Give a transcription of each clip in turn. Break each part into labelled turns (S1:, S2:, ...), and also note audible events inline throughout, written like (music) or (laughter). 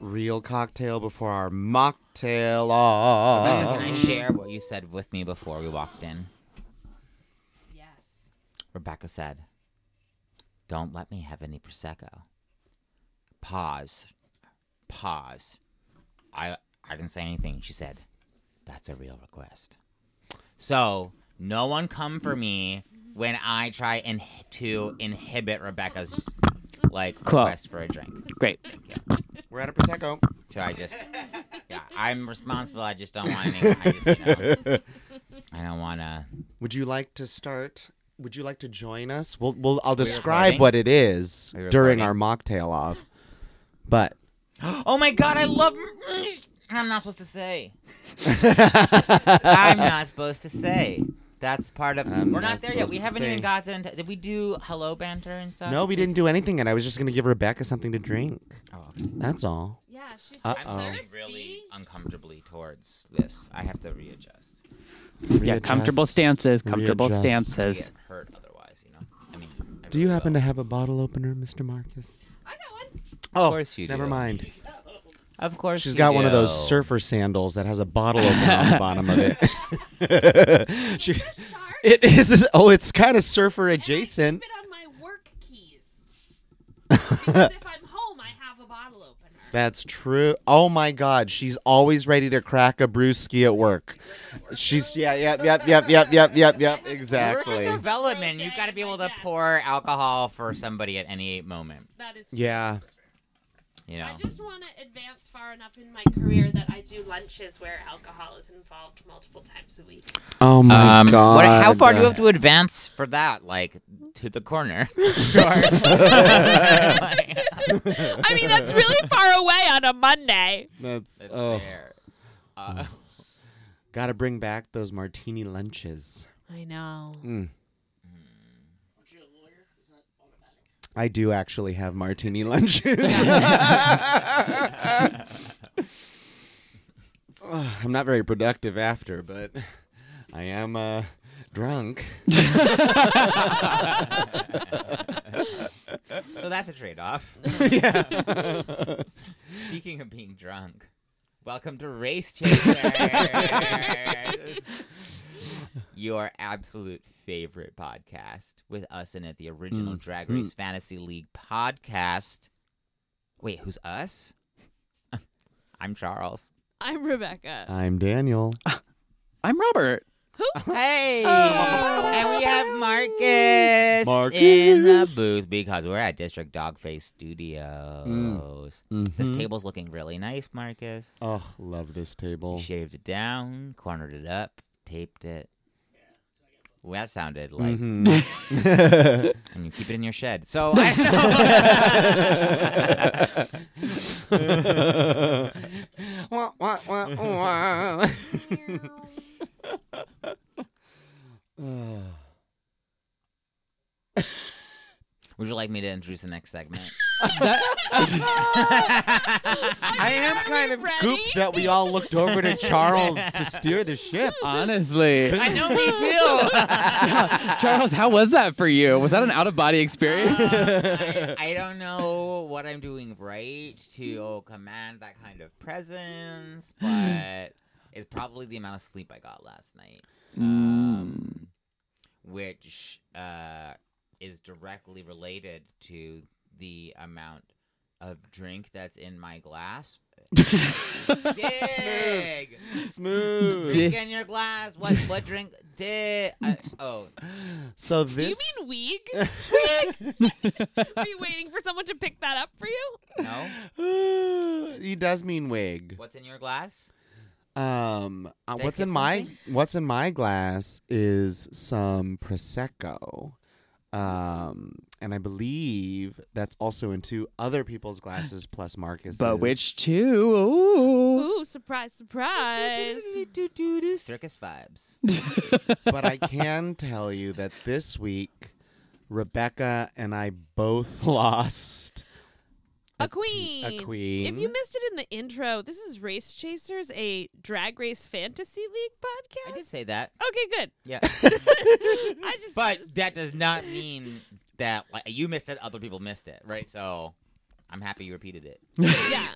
S1: real cocktail before our mocktail. Ah.
S2: (laughs) Rebecca, can I share what you said with me before we walked in?
S3: Yes.
S2: Rebecca said, Don't let me have any Prosecco. Pause. Pause. I, I didn't say anything. She said, That's a real request. So, no one come for me when I try and to inhibit Rebecca's like
S4: Cool.
S2: request for a drink.
S4: Great.
S1: We're at a prosecco.
S2: So I just, yeah, I'm responsible. I just don't want any. I just, you know, I don't want to.
S1: Would you like to start? Would you like to join us? We'll, we'll I'll
S2: recording?
S1: describe what it is
S2: Are we
S1: during
S2: recording?
S1: our mocktail off. But
S2: Oh my god, I love. I'm not supposed to say.
S1: (laughs)
S2: I'm not supposed to say. That's part of.
S1: I'm
S2: we're not,
S1: not
S2: there yet.
S1: supposed
S2: We
S1: to
S2: haven't even
S1: say.
S2: gotten. To, did we do hello banter and stuff?
S1: no, we didn't do anything, and I was just gonna give Rebecca something to drink.
S2: Oh, okay.
S1: That's all.
S3: Yeah, she's just
S1: Uh-oh.
S2: I'm leaning
S3: thirsty.
S2: really uncomfortably towards this. I have to readjust.
S4: Yeah, comfortable
S1: Readjust.
S4: stances, comfortable
S1: Readjust.
S2: I
S4: stances.
S2: get hurt otherwise, you know. I mean. I
S1: Do you happen to have a bottle opener, Mr. Marcus?
S3: I got one.
S1: Oh,
S2: course you
S1: never
S2: do.
S1: mind.
S2: Of course.
S1: She's
S2: you
S1: got one of
S2: do.
S1: those surfer sandals that has a bottle opener on (laughs) the bottom of it. (laughs) she,
S3: Sharp.
S1: it is. Oh, it's kind of surfer
S3: and I
S1: adjacent.
S3: keep it on my work
S1: (laughs)
S3: keys. because if I'm home, I have a bottle opener.
S1: That's true. Oh my God, she's always ready to crack a brewski at work. She's yeah, yep, yep, yep, yep, yep, yep, yep.
S2: We're
S1: Exactly.
S2: in development. You've got to be able to pour alcohol for somebody at any moment.
S3: That is true.
S1: Yeah.
S2: You know.
S3: I just want to advance far enough in my career that I do lunches where alcohol is involved multiple times a week.
S1: (laughs) Oh my
S2: Um,
S1: God.
S2: what- how far do you have to advance for that? Like to the corner? (laughs)
S1: (laughs)
S2: Sure. Like,
S3: I mean, that's really far away on a Monday.
S1: That's
S2: that's
S1: oh,
S2: fair. Uh,
S1: gotta bring back those martini lunches.
S3: I know.
S1: Mm. I do actually have martini (laughs) lunches. Ugh, I'm not very productive after, but I am uh, drunk.
S2: so that's a trade-off. Speaking of being drunk, welcome to Race Chasers, your absolute favorite podcast with us in it, the original
S1: Mm,
S2: Drag
S1: mm.
S2: Race Fantasy League podcast. Wait, who's us? (laughs) I'm Charles.
S3: I'm Rebecca.
S1: (laughs) I'm (laughs) Daniel.
S4: I'm
S3: (laughs)
S4: Robert.
S2: Hey,
S3: Oh.
S2: and we have Marcus,
S1: Marcus.
S2: in the booth because we're at District Dogface Studios. This
S1: Mhm.
S2: table's looking really nice, Marcus.
S1: Oh, love this
S2: You
S1: table.
S2: shaved it down, cornered it up, taped it. Well, that sounded like,
S1: Mm-hmm. (laughs) Mhm.
S2: and you keep it in your shed.
S1: (laughs)
S2: So I (laughs)
S1: Wah, wah, wah, wah. Ugh.
S2: would you like me to introduce the next segment? (laughs)
S1: I am kind of gooped that we all looked over to Charles to steer the ship.
S4: Honestly.
S2: I know
S1: (laughs)
S2: me too.
S4: Charles, how was that for you? Was that an out
S3: (laughs)
S4: of body experience?
S2: I, I don't know what I'm doing right to oh, command that kind of presence, but it's probably the amount of sleep I got last night, um,
S4: Mm,
S2: which uh, is directly related to the amount of drink that's in my glass. Dig.
S1: Smooth.
S4: Dig.
S2: Drink in your glass. What? What drink? Dig. I- oh.
S1: So
S3: Do you
S1: this. (laughs)
S3: mean week? Are you waiting for someone to pick that up for you?
S2: No.
S1: (gasps) he does mean wig.
S2: What's in your glass?
S1: Um, uh,
S2: Did I
S1: what's
S2: skip
S1: in my what's in my glass is some prosecco, um, and I believe that's also in two other people's glasses plus Marcus.
S4: but which two? Ooh.
S3: Ooh, surprise, surprise. (laughs)
S2: Circus vibes.
S1: (laughs) but I can tell you that this week, Rebecca and I both (laughs) lost
S3: A queen.
S1: a queen.
S3: If you missed it in the intro, this is Race Chasers, a drag race fantasy league
S2: I
S3: podcast.
S2: did say that. (laughs)
S3: Okay, good.
S2: Yeah.
S3: I just (laughs)
S2: But that does not mean that like, you missed it, other people missed it, right? So I'm happy you repeated it.
S3: yeah.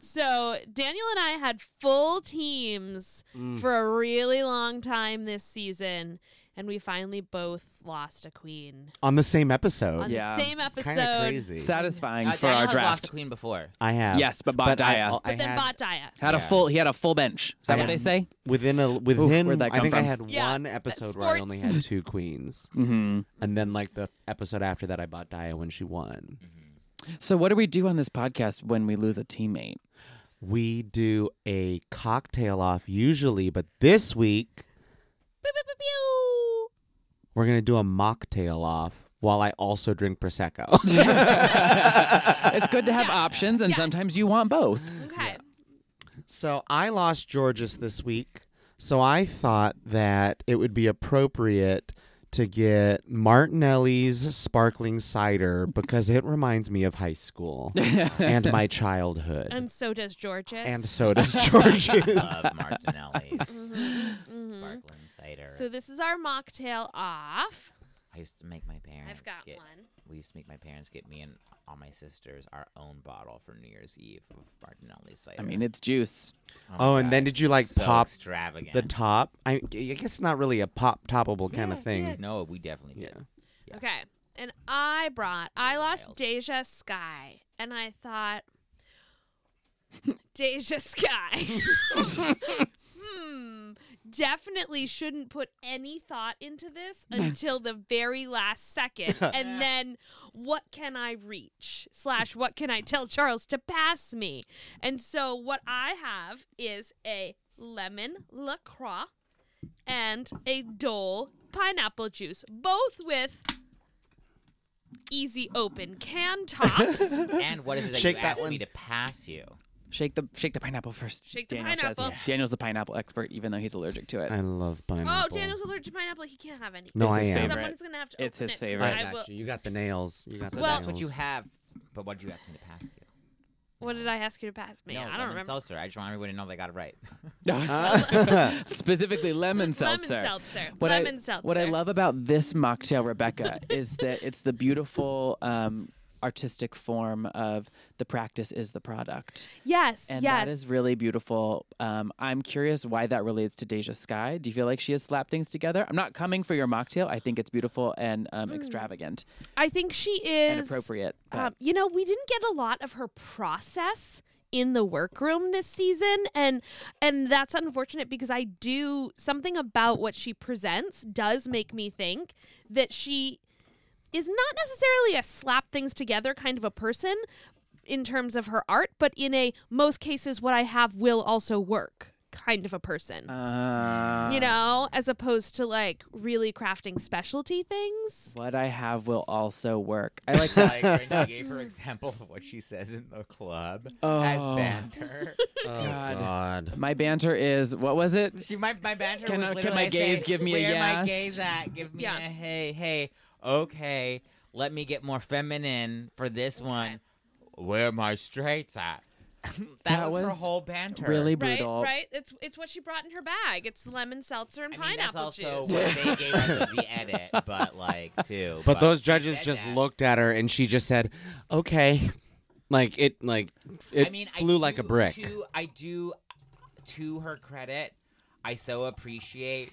S3: So Daniel and I had full teams
S1: Mm.
S3: for a really long time this season, and we finally both lost a queen
S1: on the same episode.
S3: on
S4: Yeah.
S3: the same
S1: Oh, It's kind of
S3: episode.
S1: crazy.
S4: Satisfying
S2: Uh,
S4: for
S2: Daniel
S4: our
S2: has lost a
S4: draft.
S1: (laughs)
S2: queen before.
S1: I have
S4: Yes, but
S1: but I,
S4: Badiah
S1: I
S3: But then
S1: had
S3: bought Daya.
S4: had a
S2: Yeah.
S4: full. He had a full bench. Is that
S1: Yeah.
S4: what they say?
S1: within a within.
S4: where'd that
S1: I
S4: come
S1: think I
S4: from?
S1: had
S3: Yeah,
S1: one episode where I only had
S3: sports.
S1: two queens,
S4: Mm-hmm.
S1: and then like the episode after that, I bought Dia when she won.
S4: So what do we do on this podcast when we lose a teammate?
S1: We do a cocktail off usually, but this week
S3: Pew, pew, pew, pew.
S1: we're gonna do a mocktail off while I also drink prosecco. (laughs)
S4: it's good to
S3: (laughs)
S4: have
S3: Yes.
S4: options, and
S3: Yes.
S4: sometimes you want both.
S3: Okay.
S1: So I lost Georges this week. So I thought that it would be appropriate to get Martinelli's sparkling cider because it reminds me of high (laughs) school and my childhood.
S3: And so does Georges.
S1: And so does Georges.
S2: Love
S3: (laughs)
S2: Martinelli.
S3: hmm
S2: Sparkling cider.
S3: So this is our mocktail off.
S2: I used to make my parents
S3: I've got
S2: get.
S3: one.
S2: We used to make my parents get me and all my sisters our own bottle for New Year's Eve of Martinelli cider.
S4: I mean, it's juice.
S2: my
S1: (laughs) Oh, and then
S2: God,
S1: did you, like,
S2: so
S1: pop
S2: extravagant
S1: the top. I, I guess it's not really a pop toppable kind of thing.
S2: Yeah, no, we definitely did.
S1: Yeah.
S2: Yeah.
S3: Okay. And I brought, I lost
S2: Wild.
S3: Deja Sky. And I thought, (laughs) Deja Sky. hmm. Definitely shouldn't put any thought into this until the very last second. And then, what can I reach? Slash, what can I tell Charles to pass me? And so, what I have is a lemon LaCroix and a Dole pineapple juice, both with easy open
S1: (laughs)
S3: can tops.
S2: And what is it that
S1: Shake
S2: you
S1: that
S2: asked
S1: one.
S2: me to pass you?
S4: Shake the shake the pineapple first.
S3: Shake the
S4: Daniel Says.
S3: pineapple.
S4: Daniel's the pineapple expert, even though he's allergic to it.
S1: I love
S3: oh,
S1: pineapple.
S3: Daniel's allergic to pineapple. He can't have any.
S1: No,
S4: It's
S1: I
S4: his
S1: am.
S4: favorite.
S3: Someone's gonna have to.
S4: It's
S3: open
S4: his
S3: it, 'cause
S4: favorite.
S1: I
S4: I
S1: got
S3: will-
S1: you. You got the nails. You got
S2: So
S1: the
S3: Well-
S2: that's what you
S1: nails.
S2: have. But what did you ask me to pass you?
S3: What did I ask you to pass me?
S2: no,
S3: I
S2: lemon
S3: don't remember.
S2: Seltzer. I just want everyone to know they got it
S3: (laughs)
S2: right.
S4: Specifically, lemon
S3: Lemon
S4: seltzer.
S3: seltzer.
S4: What
S3: Lemon
S4: I,
S3: seltzer.
S4: What I love about this mocktail, Rebecca, is that it's the beautiful um, artistic form of the practice is the product.
S3: Yes.
S4: And
S3: yes.
S4: that is really beautiful. Um, I'm curious why that relates to Deja Sky. Do you feel like she has slapped things together? I'm not coming for your mocktail. I think it's beautiful and um, extravagant
S3: I think she
S4: and
S3: Mm. is.
S4: appropriate. but-
S3: Um, you know, we didn't get a lot of her process in the workroom this season and and that's unfortunate because I do something about what she presents does make me think that she is not necessarily a slap things together kind of a person in terms of her art but in a most cases what I have will also work kind of a person.
S4: Uh,
S3: you know, as opposed to like really crafting specialty things.
S4: What I have will also work. I
S3: (laughs)
S4: like that. (laughs)
S2: like when she gave her example of what she says in the club
S4: Oh.
S2: as
S3: (laughs)
S2: banter.
S1: Oh, God.
S4: My banter is what was it?
S2: She my my banter
S4: Can
S2: was
S4: I- can
S2: literally,
S4: my
S2: I
S4: gaze
S2: say,
S4: give me a
S2: Where my
S4: yes?"
S2: gaze at? Give me
S3: Yeah.
S2: a hey hey. Okay, let me get more feminine for this one. Where my straights
S3: (laughs)
S2: at? that,
S4: That
S2: was her
S4: was
S2: whole banter.
S4: Really
S3: Right,
S4: brutal.
S3: right. It's it's what she brought in her bag. It's lemon seltzer and
S2: I mean, that's
S3: pineapple
S2: also
S3: juice.
S2: what they gave us as
S3: (laughs)
S2: the edit, but like too.
S1: But those judges
S2: said
S1: just
S2: that.
S1: looked at her and she just said, "Okay." Like it like it flew like a
S2: do-
S1: brick.
S2: To, I do, to her credit, I so appreciate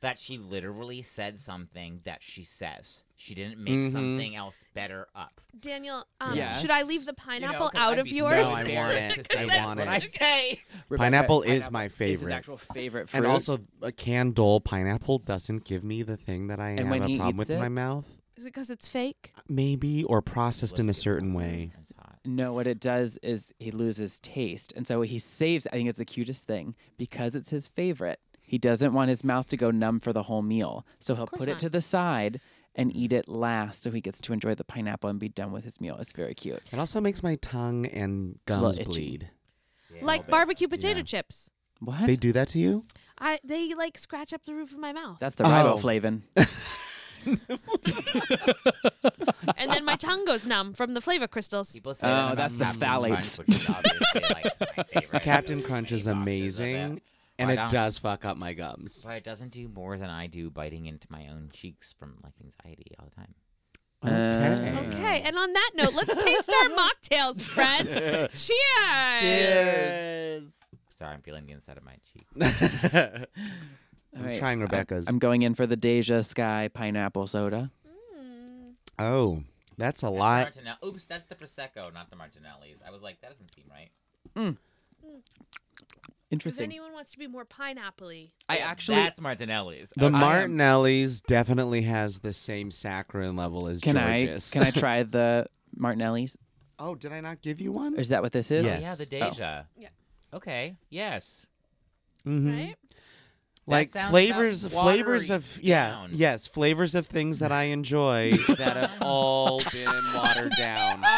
S2: that she literally said something that she says. She didn't make
S1: Mhm.
S2: something else better up.
S3: Daniel, um,
S4: Yes.
S3: should I leave the
S2: You know,
S3: pineapple
S2: 'cause
S3: out
S2: I'd
S3: of
S2: be
S3: yours?
S1: No, I
S2: scared
S1: want it.
S2: to say
S1: I
S2: that's
S1: want
S2: what
S1: it.
S2: I say.
S4: Rebecca,
S1: Pineapple is my
S4: Is his
S1: favorite.
S4: actual favorite fruit.
S1: and also a canned dole pineapple doesn't give me the thing that I have
S4: when
S1: a
S4: he
S1: problem
S4: eats
S1: with
S4: it-
S1: in my mouth.
S3: Is it because it's fake?
S1: Maybe or processed in a
S2: Let's get
S1: certain
S2: that.
S1: way.
S2: That's hot.
S4: No, what it does is he loses taste. And so he saves, I think it's the cutest thing because it's his favorite. He doesn't want his mouth to go numb for the whole meal. So he'll
S3: course
S4: put
S3: not.
S4: it to the side and eat it last so he gets to enjoy the pineapple and be done with his meal. It's very cute.
S1: It also makes my tongue and gums
S4: itchy.
S1: bleed.
S2: Yeah, a
S3: like
S2: little bit.
S3: barbecue potato
S1: Yeah.
S3: chips.
S4: What?
S1: They do that to
S4: (laughs)
S1: you?
S3: I they like scratch up the roof of my mouth,
S4: That's the
S1: Oh.
S4: riboflavin.
S3: and then my tongue goes numb from the flavor crystals.
S2: People say that
S4: Oh,
S2: about
S4: that's the
S2: Captain Crunch,
S4: phthalates.
S2: which is obviously, like, my
S1: (laughs)
S2: favorite.
S1: Captain Crunch is
S2: Many boxes of it.
S1: amazing and
S2: I
S1: it
S2: don't-
S1: does fuck up my gums.
S2: But it doesn't do more than I do biting into my own cheeks from like anxiety all the time.
S1: Okay.
S4: Uh,
S3: Okay, and on that note, let's taste
S2: (laughs)
S3: our mocktails, friends. Cheers!
S2: Sorry, I'm feeling the inside of my cheek.
S4: all
S1: I'm
S4: right.
S1: trying Rebecca's.
S4: I'm going in for the Deja Sky pineapple soda.
S3: Mm.
S1: oh, that's a
S2: That's
S1: lot.
S2: Martine- Oops, that's the prosecco, not the Martinelli's. I was like, that doesn't seem right.
S3: If
S4: Interesting.
S3: anyone wants to be more pineapple-y,
S4: I
S2: Yeah,
S4: actually
S2: that's Martinelli's.
S1: The
S2: Okay.
S1: Martinelli's definitely has the same saccharin level as
S4: can
S1: George's.
S4: I can I try the Martinelli's?
S1: oh, did I not give you one?
S4: Is that what this is?
S2: Oh,
S1: Yes.
S2: Yeah, the
S4: Oh.
S2: Deja.
S3: Yeah.
S2: Okay. Yes. Hmm.
S1: Mhm.
S3: right?
S1: Like
S2: sounds about
S1: flavors, flavors
S2: watery
S1: of yeah,
S2: down.
S1: yes, flavors of things that I enjoy that
S4: (laughs)
S1: have all been watered down.
S2: (laughs)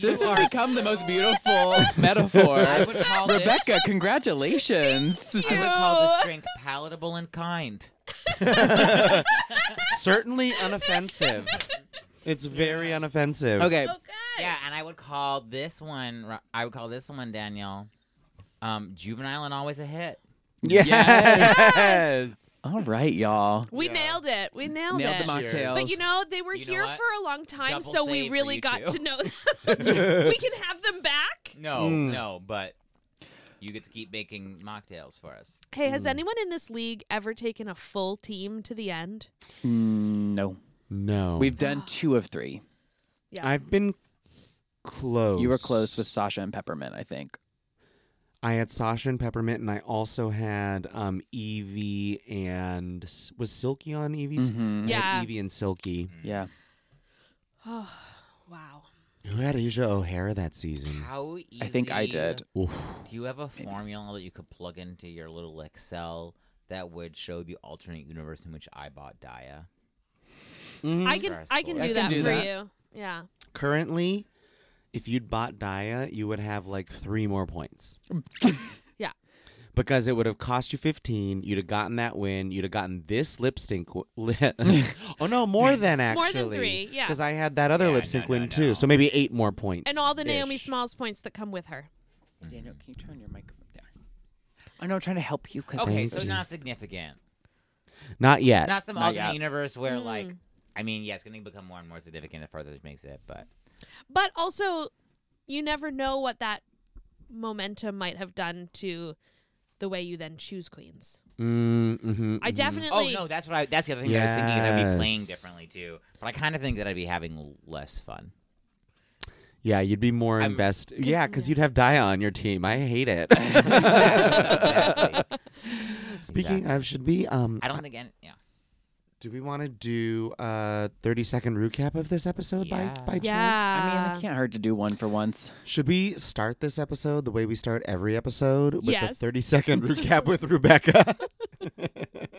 S4: This
S2: Ah, You
S4: has
S2: are
S4: become the most beautiful (laughs) metaphor.
S2: (laughs) I would call this-
S4: Rebecca, congratulations.
S2: I would call this drink palatable and kind.
S1: Certainly unoffensive. It's very unoffensive.
S4: Okay.
S3: Okay.
S2: Yeah, and I would call this one. Ro- I would call this one Danielle. Um, juvenile and always a hit.
S1: Yes.
S4: Yes. (laughs) All right, y'all.
S3: We
S1: Yeah.
S3: nailed it. We nailed,
S4: Nailed
S3: it.
S4: the
S1: Cheers.
S4: mocktails.
S3: But you know, they were
S2: You know
S3: here
S2: what?
S3: for a long time,
S2: Double
S3: so we
S2: save for
S3: really
S2: you
S3: got
S2: two.
S3: to know
S2: (laughs)
S3: them. we can have them back.
S2: No,
S4: Hmm.
S1: Mm.
S2: no, but you get to keep making mocktails for us.
S3: Hey, has anyone in this league ever taken a full team to the end?
S4: Mm, no.
S1: No.
S4: We've (gasps) done two of three.
S3: (sighs)
S1: I've (sighs) been close.
S4: You were close with Sasha and Peppermint, I think.
S1: I had Sasha and Peppermint, and I also had um Evie and S- was Silky on Evie's.
S4: Mhm.
S1: I had
S3: Yeah.
S1: Evie and Silky.
S4: Yeah.
S3: Oh, wow.
S1: Who had Asia O'Hara that season?
S2: How easy?
S4: I think I did.
S1: Oof.
S2: Do you have a formula that you could plug into your little Excel that would show the alternate universe in which I bought Dia?
S4: Mm-hmm.
S3: I can I can
S2: Stressful.
S3: do
S4: I can
S3: that
S4: do
S3: for
S4: that.
S3: you. Yeah.
S1: Currently, if you'd bought Dia, you would have like three more points.
S3: (laughs) Yeah.
S1: Because it would have cost you 15. You'd have gotten that win. You'd have gotten this lip sync. W- (laughs) li- oh, no, more than
S3: More
S1: actually.
S3: than three, yeah.
S1: Because I had that other
S2: Yeah,
S1: lip sync
S2: no, no,
S1: win too.
S2: no.
S1: So maybe eight more points.
S3: And all the Naomi
S1: ish.
S3: Smalls points that come with her.
S2: Mm-hmm.
S4: Daniel, can you turn your microphone there? I know I'm trying to help you because
S2: Okay, so
S1: Thank you.
S2: not significant.
S1: uh, Not yet.
S2: Not some
S4: Not
S2: alternate
S4: yet.
S2: universe where, like, I mean, yeah, it's going to become more and more significant the further it makes it, but
S3: But also, you never know what that momentum might have done to the way you then choose queens.
S1: Mm, mhm,
S3: I
S1: mhm.
S3: definitely
S2: Oh no, that's what I. That's the other thing that I was thinking is I'd be playing
S1: Yes.
S2: differently too. But I kind of think that I'd be having l- less fun.
S1: Yeah, you'd be more
S2: I'm-
S1: invest. Yeah, because you'd have Dia on your team. I hate
S2: (laughs)
S1: it.
S2: Exactly.
S1: Speaking of, should we? Um,
S2: I don't think any. Yeah.
S1: do we want to do a thirty-second recap of this episode by
S2: Yeah.
S1: by chance?
S3: Yeah.
S4: I mean, it can't hurt to do one for once.
S1: Should we start this episode the way we start every episode with the
S3: Yes.
S1: thirty-second recap with Rebecca?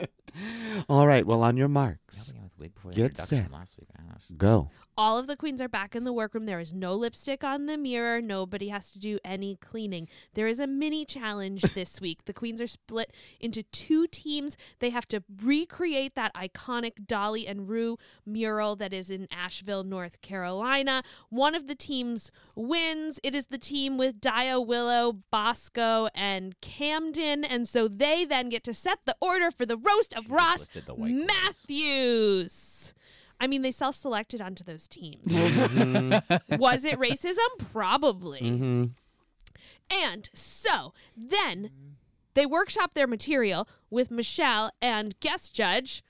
S1: (laughs) All right. Well, on your marks,
S2: Probably with wig before
S1: Get
S2: the
S1: set.
S2: introduction last week. I don't know.
S1: go.
S3: All of the queens are back in the workroom. There is no lipstick on the mirror. Nobody has to do any cleaning. There is a
S2: (laughs)
S3: mini challenge this week. The queens are split into two teams. They have to recreate that iconic Dolly and Rue mural that is in Asheville, North Carolina. One of the teams wins. It is the team with Dia, Willow, Bosco, and Camden. And so they then get to set the order for the roast of Ross
S2: listed the white queens.
S3: Matthews. I mean, they self selected onto those teams. Was it racism? Probably.
S1: Mm-hmm.
S3: And so then they workshop their material with Michelle and guest judge.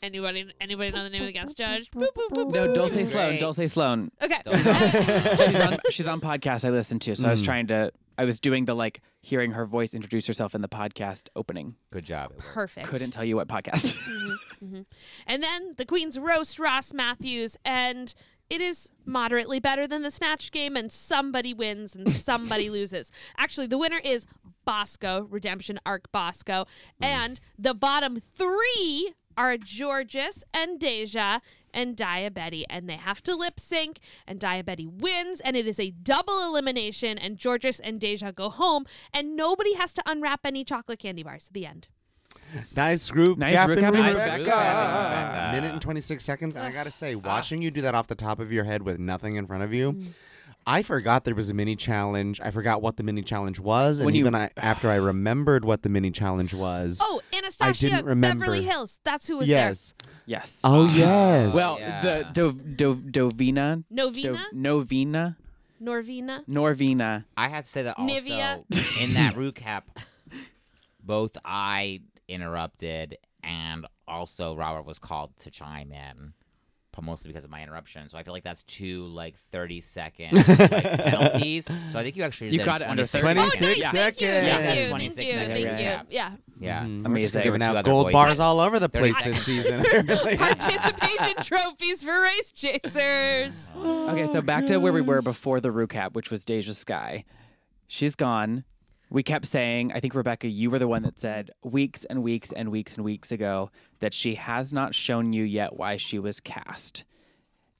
S3: Anybody anybody know the name of the guest judge? Boop, boop, boop,
S4: No,
S3: boop.
S4: Dulce Sloan.
S2: Great. (laughs)
S4: Dulce Sloan.
S3: Okay.
S4: she's on she's on podcasts I listen to, so I was trying to I was doing the like hearing her voice introduce herself in the podcast opening.
S2: Good job. It worked.
S3: Perfect.
S4: Couldn't tell you what podcast. (laughs)
S3: And then the Queens roast Ross Matthews, and it is moderately better than the snatch game, and somebody
S1: (laughs)
S3: wins and somebody loses. Actually, the winner is Bosco, Redemption Arc Bosco,
S1: Mm.
S3: and the bottom three are Georges and Deja and Diabetti, and they have to lip sync, and Diabetti wins, and it is a double elimination, and Georges and Deja go home, and nobody has to unwrap any chocolate candy bars at the end.
S1: Nice group.
S4: Nice
S1: Gap
S4: group
S1: and
S4: having
S1: Rebecca.
S4: Rebecca.
S2: Rebecca.
S1: Minute and 26 seconds. And I got to say, watching you do that off the top of your head with nothing in front of you, I forgot there was a mini challenge. I forgot what the mini challenge was. And
S4: When you-
S1: even I, after I remembered what the mini challenge was.
S3: Oh, Anastasia
S1: remember.
S3: Beverly Hills. That's who was there.
S1: yes.
S4: Yes.
S1: Oh yes.
S4: well,
S2: Yeah.
S4: the Dov- Dov- Dovina, Dov-
S3: Novina?
S4: Novina,
S3: Norvina?
S4: Norvina.
S2: I have to say that also
S3: Nivea.
S2: in
S1: (laughs)
S2: that recap, both I interrupted and also Robert was called to chime in, p- mostly because of my interruption. So I feel like that's two like thirty
S1: (laughs)
S2: second like, penalties. So I think you actually
S4: You
S2: did
S4: got it under
S2: 26
S4: 30.
S3: Oh,
S1: 26
S3: nice.
S1: Yeah.
S3: Thank you.
S1: Yeah,
S2: that's
S3: Thank you.
S2: 26
S3: Thank you.
S4: seconds.
S3: Thank
S4: Yeah, yeah.
S3: you.
S4: (laughs)
S3: Yeah.
S2: Yeah,
S1: Mhm. We're just
S4: Amazing.
S1: giving
S2: Two
S1: out
S2: other
S1: gold
S2: voices.
S1: bars all over the
S2: 30
S1: place this
S2: seconds.
S1: season.
S4: (laughs)
S3: Participation trophies for race chasers.
S4: Okay, so back to where we were before the recap, which was Deja Sky. She's gone. We kept saying, I think Rebecca, you were the one that said weeks and weeks and weeks and weeks ago that she has not shown you yet why she was cast.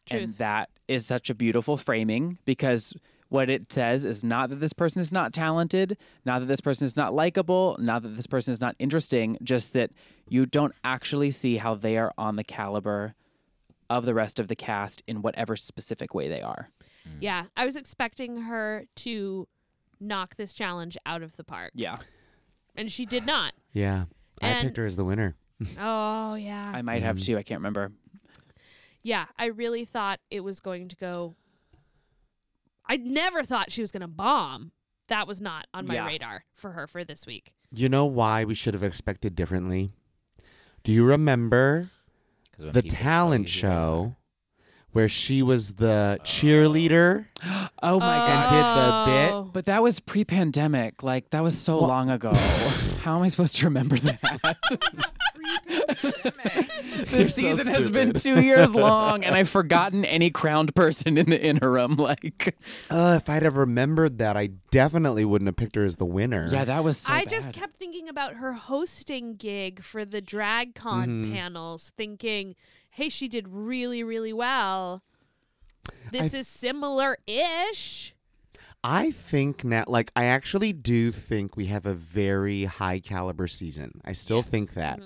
S4: And
S3: Truth.
S4: that is such a beautiful framing because what it says is not that this person is not talented, not that this person is not likable, not that this person is not interesting, just that you don't actually see how they are on the caliber of the rest of the cast in whatever specific way they are.
S3: Yeah. I was expecting her to knock this challenge out of the park,
S4: Yeah.
S3: and she did not.
S1: yeah. I
S3: And-
S1: picked her as the winner.
S3: Oh, yeah.
S4: I might have too. I can't remember.
S3: Yeah, I really thought it was going to go. I never thought she was going to bomb. That was not on my
S4: Yeah.
S3: radar for her for this week.
S1: You know why we should have expected differently? Do you remember
S2: 'Cause when
S1: the
S2: people
S1: talent
S2: tell you who they are.
S1: show where she was the cheerleader
S4: Oh my
S1: and
S4: God.
S1: did the bit?
S3: Oh.
S4: But that was pre pandemic. Like, that was so long (laughs) ago. How am I supposed to remember that? (laughs) this
S1: You're so
S4: season has been
S1: stupid.
S4: two (laughs) years long, and I've forgotten any crowned person in the interim. Like,
S1: Uh, if I'd have remembered that, I definitely wouldn't have picked her as the winner.
S4: yeah, that was so
S3: I
S4: bad.
S3: just kept thinking about her hosting gig for the drag con
S1: Mm-hmm.
S3: panels, thinking, hey, she did really, really well. This is similar ish.
S1: I think now, like, I actually do think we have a very high caliber season. I still think that.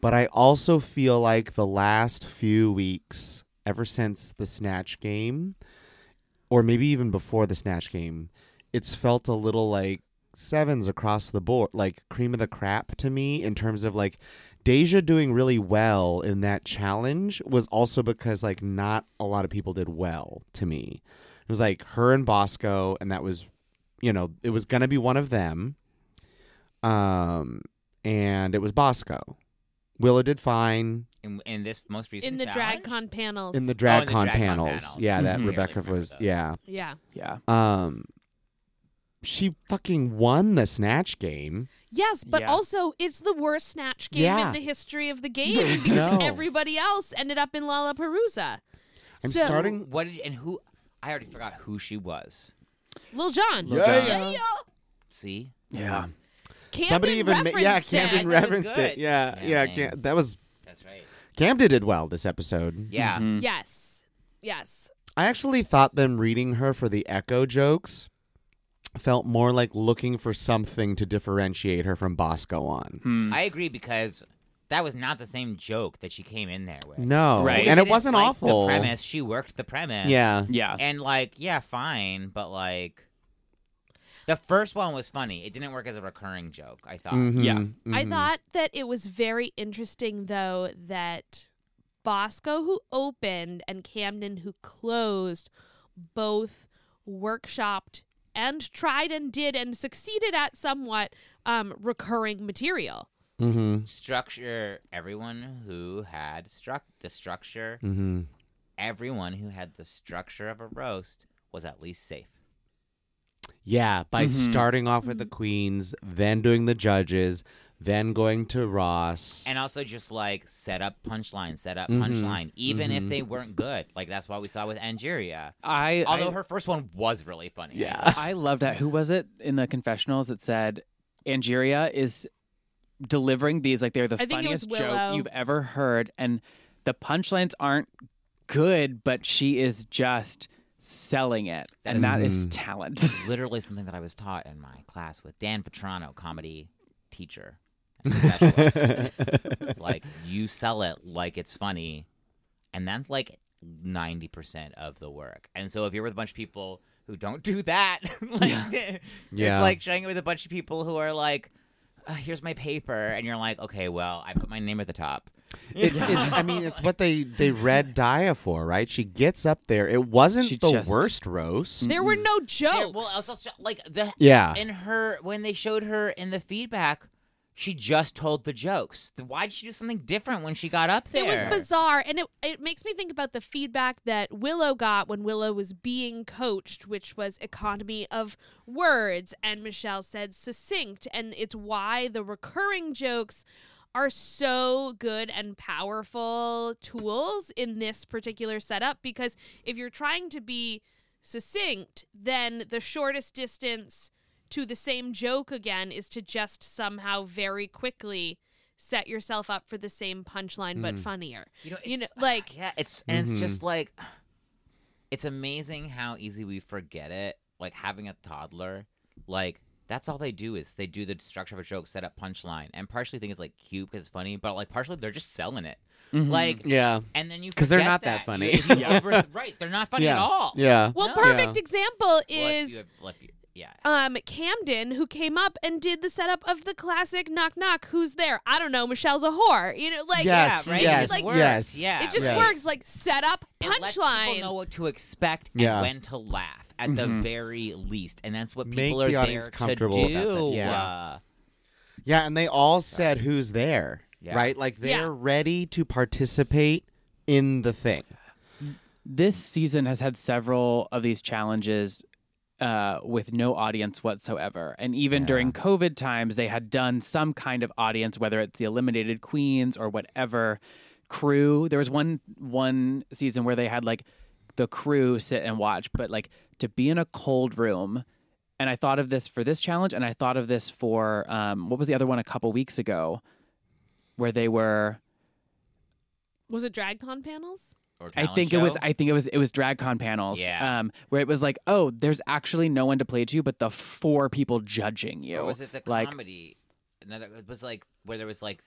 S1: But I also feel like the last few weeks, ever since the Snatch game, or maybe even before the Snatch game, it's felt a little like sevens across the board, like cream of the crap to me in terms of like Deja doing really well in that challenge was also because like not a lot of people did well to me. It was like her and Bosco, and that was, you know, it was gonna be one of them. Um, and it was Bosco. Willa did fine
S2: in, in this most recent
S3: In the
S2: challenge?
S3: drag con
S1: Oh,
S3: panels.
S1: in the
S2: drag
S1: drag con
S2: con
S1: panels.
S2: panels.
S1: (laughs) Yeah, that
S4: Mhm.
S1: Rebecca
S2: Barely
S1: was.
S2: remember
S1: Yeah,
S3: yeah.
S4: Yeah.
S1: um, she fucking won the snatch game.
S3: Yes, but
S4: Yeah.
S3: also it's the worst snatch game
S1: Yeah.
S3: in the
S1: (laughs)
S3: history of the game because
S1: No.
S3: everybody else ended up in Lollapalooza.
S1: I'm
S3: So-
S1: starting.
S2: What did and who? I already forgot who she was.
S3: Lil John.
S4: Lil Jon.
S3: Yeah.
S2: See,
S4: Yeah.
S3: Camden
S1: somebody even ma- yeah, Camden
S2: that was
S1: referenced it.
S2: good.
S1: Yeah,
S2: Yeah,
S1: yeah,
S2: man.
S1: Cam- that was
S2: that's right.
S1: Camden did well this episode.
S2: Yeah,
S4: Mhm.
S3: Yes. Yes.
S1: I actually thought them reading her for the echo jokes felt more like looking for something to differentiate her from Bosco on.
S4: Hmm.
S2: I agree because that was not the same joke that she came in there with.
S1: No,
S4: Right.
S1: and
S2: We
S1: it
S2: didn't
S1: wasn't
S2: like
S1: awful.
S2: The premise she worked the premise.
S1: Yeah,
S4: Yeah.
S2: and like yeah, fine, but like the first one was funny. It didn't work as a recurring joke. I thought.
S1: Mhm,
S4: Yeah.
S3: I
S1: mhm.
S3: thought that it was very interesting though that Bosco who opened and Camden who closed both workshopped and tried and did and succeeded at somewhat um, recurring material.
S1: Mhm,
S2: Structure. Everyone who had struck the structure.
S1: mhm.
S2: Everyone who had the structure of a roast was at least safe.
S1: Yeah, by
S4: Mhm.
S1: starting off with the queens, then doing the judges, then going to Ross.
S2: And also just like set up punchline, set up
S1: Mhm.
S2: punchline, even
S1: Mhm.
S2: if they weren't good. Like that's what we saw with Angeria.
S4: I,
S2: Although
S4: I,
S2: her first one was really funny.
S1: yeah.
S4: I love that. Who was it in the confessionals that said Angeria is delivering these like they're the
S3: I think it was
S4: funniest
S3: Willow.
S4: joke you've ever heard, and the punchlines aren't good, but she is just selling it,
S2: That
S4: and
S2: is-
S4: that is
S1: Mhm.
S4: talent.
S2: Literally something that I was taught in my class with Dan Petrano, comedy teacher.
S1: (laughs)
S2: and specialist. it's like you sell it like it's funny, and that's like ninety percent of the work. And so if you're with a bunch of people who don't do that, (laughs) like, it's
S1: Yeah.
S2: like sharing it with a bunch of people who are like, "Uh, here's my paper, and you're like, okay, well, I put my name at the top.
S1: It's, it's, I mean, it's what they they read Dia for, right? She gets up there. It wasn't
S4: She
S1: the
S4: just-
S1: worst roast.
S3: There were no jokes.
S2: Yeah, well, also so- like the
S1: Yeah.
S2: in her when they showed her in the feedback, she just told the jokes. Th- Why did she do something different when she got up there?
S3: It was bizarre, and it it makes me think about the feedback that Willow got when Willow was being coached, which was economy of words, and Michelle said succinct, and it's why the recurring jokes are so good and powerful tools in this particular setup because if you're trying to be succinct, then the shortest distance to the same joke again is to just somehow very quickly set yourself up for the same punchline but
S1: Hmm.
S3: funnier.
S2: You know, it's,
S3: you know, like-
S2: yeah, it's and
S1: Mhm.
S2: it's just like it's amazing how easy we forget it. Like having a toddler, like that's all they do is they do the structure of a joke, set up punchline, and partially think it's like cute because it's funny, but like partially they're just selling it. Like,
S1: Yeah.
S2: and then you
S1: 'Cause Mm-hmm. they're
S2: forget
S1: not that funny.
S2: You- if
S1: (laughs)
S2: you over- right? They're not funny at
S1: Yeah.
S2: all.
S1: Yeah.
S3: Well,
S2: No.
S3: perfect example
S2: Well, if
S3: is
S2: you have left your- yeah.
S3: um Camden who came up and did the setup of the classic knock knock who's there? I don't know, Michelle's a whore. You know, like
S1: yes.
S2: yeah, right?
S1: Yes.
S3: Like,
S1: yes.
S2: yeah.
S3: it just
S1: Yes.
S3: works like set up
S2: It lets people
S3: punchline.
S2: know what to expect
S1: Yeah. Mm-hmm.
S2: and when to laugh at the very least, and that's what
S1: Make
S2: people
S1: the
S2: are
S1: audience
S2: there
S1: comfortable
S2: to
S1: with that
S2: do. Uh,
S1: thing. Yeah. Yeah, and they all said who's there,
S2: Yeah.
S1: right? Like they're
S3: Yeah.
S1: ready to participate in the thing.
S4: This season has had several of these challenges uh, with no audience whatsoever. And even during COVID times, they had done some kind of audience, whether it's the eliminated queens or whatever crew. There was one one season where they had like the crew sit and watch, but like to be in a cold room. And I thought of this for this challenge, and I thought of this for um, what was the other one a couple weeks ago, where they were.
S3: Was it drag con panels?
S2: Or
S4: I
S2: talent
S4: think it was.
S2: show.
S4: I think it was. It was DragCon panels.
S2: Yeah.
S4: Um, where it was like, oh, there's actually no one to play to, but the four people judging you.
S2: Or Oh, was it the
S4: like?
S2: comedy? Another it was like where there was like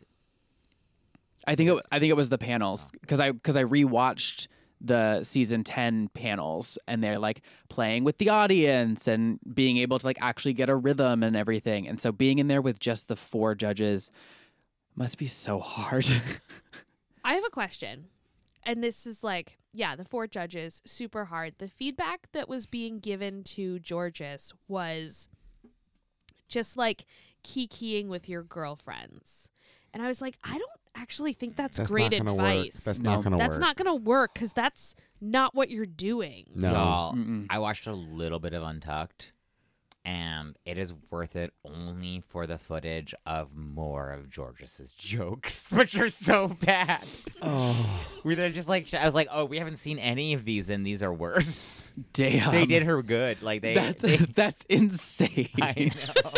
S4: I think. It, I think it was the panels because I because I rewatched the season 10 panels and they're like playing with the audience and being able to like actually get a rhythm and everything and so being in there with just the four judges must be so hard (laughs)
S3: I have a question. And this is like, yeah, the four judges, super hard. The feedback that was being given to Georges was just like kikiing with your girlfriends. And I was like, I don't actually think that's,
S1: That's
S3: great
S1: not gonna
S3: advice.
S1: work. That's
S4: No.
S1: not gonna
S3: That's
S1: work.
S3: not gonna work because that's not what you're doing.
S1: no.
S2: y'all.
S4: Mm-mm.
S2: I watched a little bit of Untucked, and it is worth it only for the footage of more of George's jokes, (laughs) which are so bad.
S1: Oh.
S2: We they're just like I was like, oh, we haven't seen any of these, and these are worse.
S1: Um,
S4: damn
S2: they did her good. Like they.
S4: that's
S2: they- (laughs)
S4: that's insane
S2: I know.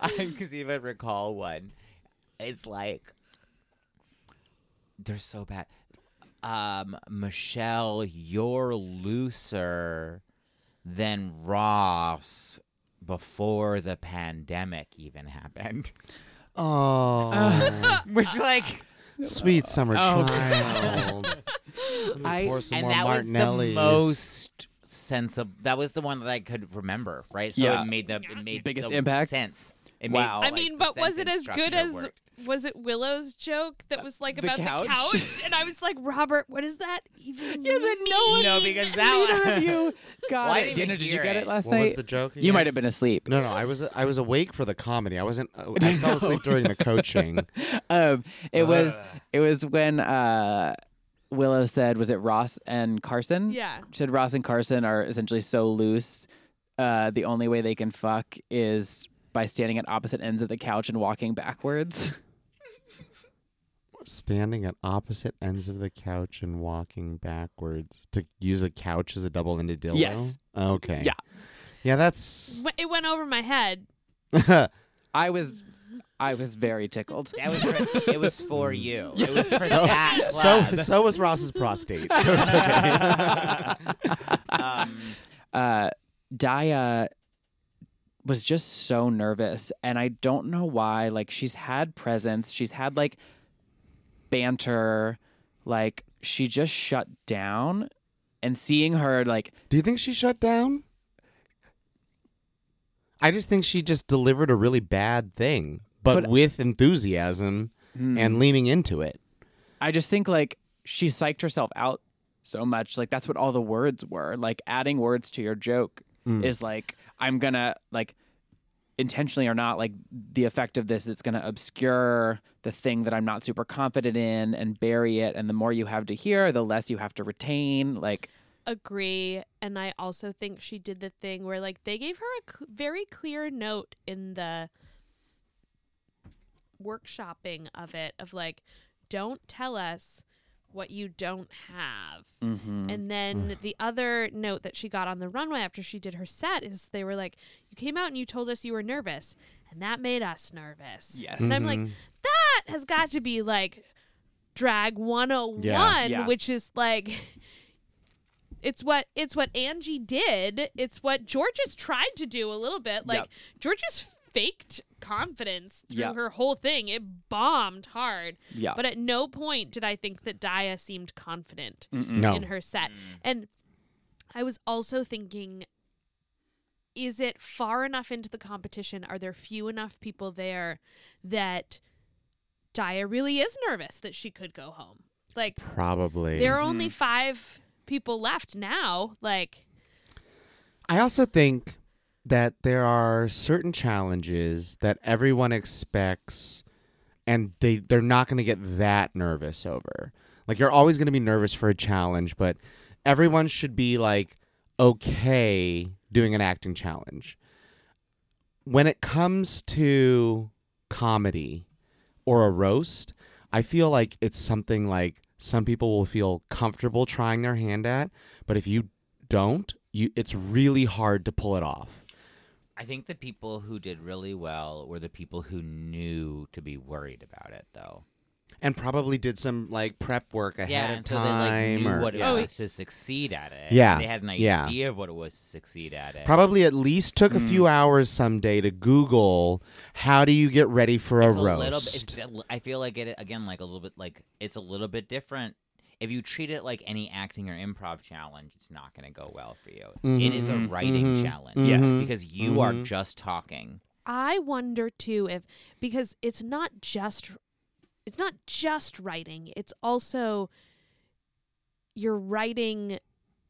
S2: I can even recall one. It's like they're so bad. Um, Michelle, you're looser than Ross before the pandemic even happened.
S1: Oh.
S4: (laughs)
S2: Which like
S1: Sweet summer
S4: Oh,
S1: child.
S4: I-
S1: Pour some
S2: and
S1: more
S2: that was the
S1: Martinellis.
S2: most sensible that was the one that I could remember, right? So
S4: Yeah.
S2: it made the it made
S4: Biggest
S2: the
S4: impact?
S2: sense. It
S4: Wow.
S3: I
S2: like,
S3: mean,
S2: the
S3: but was it
S2: sentence
S3: as good
S2: structure
S3: as
S2: worked. Uh,
S3: was it Willow's joke that was like
S4: the
S3: about
S4: couch?
S3: the couch? And I was like, Robert, what does that even yeah, mean?
S2: No, because that (laughs)
S4: Neither
S2: one.
S4: of (laughs) you got
S2: Well, I
S4: it.
S2: didn't
S4: Dana,
S2: even
S4: did you
S2: hear
S4: get it,
S2: it.
S4: last
S1: What
S4: night?
S1: was the joke?
S4: You
S1: again?
S4: might have been asleep.
S1: No, no, I was I was awake for the comedy. I wasn't. I fell asleep during the coaching.
S4: Um, it was it was when uh, Willow said, was it Ross and
S3: (laughs)
S4: Carson?
S3: Yeah.
S4: She said Ross and Carson are essentially so loose. Uh, the only way they can fuck is by standing at opposite ends of the couch and walking backwards. (laughs)
S1: Standing at opposite ends of the couch and walking backwards to use a couch as a double-ended dildo.
S4: Yes.
S1: Okay.
S4: Yeah.
S1: Yeah, that's.
S3: It went over my head.
S1: (laughs)
S4: I was I was very tickled.
S2: That was for, it was
S1: (laughs)
S2: for you. It was for
S1: So-
S2: that
S1: So (laughs)
S2: club.
S1: so was Ross's prostate. So
S4: (laughs)
S1: it's okay.
S2: um,
S4: uh, Daya was just so nervous, and I don't know why. Like she's had presence, she's had like banter, like she just shut down. And seeing her like
S1: Do you think she shut down? I just think she just delivered a really bad thing, but,
S4: But- Hmm.
S1: with enthusiasm and leaning into it.
S4: I just think like she psyched herself out so much. Like that's what all the words were. Like adding words to your joke is like I'm gonna like intentionally or not like the effect of this it's going to obscure the thing that i'm not super confident in and bury it and the more you have to hear the less you have to retain like
S3: agree and i also think she did the thing where like they gave her a cl- very clear note in the workshopping of it of like don't tell us what you don't have
S4: mhm.
S3: and then the other note that she got on the runway after she did her set is they were like you came out and you told us you were nervous and that made us nervous
S4: Yes.
S3: and i'm like that has got to be like drag 101
S4: Yeah.
S3: which is like it's what it's what angie did it's what georges tried to do a little bit like
S4: Yep.
S3: georges faked confidence through
S4: Yeah.
S3: her whole thing it bombed hard
S4: yeah
S3: but at no point did i think that daya seemed confident
S4: Mm-mm. Mm.
S1: No.
S3: in her set. And I was also thinking is it far enough into the competition? Are there few enough people there that Daya really is nervous that she could go home? Like,
S1: Probably.
S3: there are only five people left now. Like,
S1: I also think that there are certain challenges that everyone expects and they they're not going to get that nervous over. Like you're always going to be nervous for a challenge, but everyone should be like okay doing an acting challenge. When it comes to comedy or a roast, I feel like it's something like some people will feel comfortable trying their hand at, but if you don't, you it's really hard to pull it off.
S2: I think the people who did really well were the people who knew to be worried about it, though.
S1: And probably did some like prep work ahead
S2: yeah,
S1: of
S2: and so they
S1: time
S2: like knew
S1: or
S2: what it
S3: yeah.
S2: was to succeed at it.
S1: Yeah,
S2: they had an
S1: yeah.
S2: idea of what it was to succeed at it.
S1: probably at least took a few hours someday to Google how do you get ready for a
S2: it's
S1: roast.
S2: Little, it's, a li- I feel like it again, like a little bit, like it's a little bit different. If you treat it like any acting or improv challenge, it's not going to go well for you. It is a
S4: Mhm,
S2: writing
S1: mhm,
S2: challenge,
S4: Yes. mhm,
S2: because you
S1: Mm-hmm.
S2: are just talking.
S3: I wonder too if, because it's not just. It's not just writing. It's also you're writing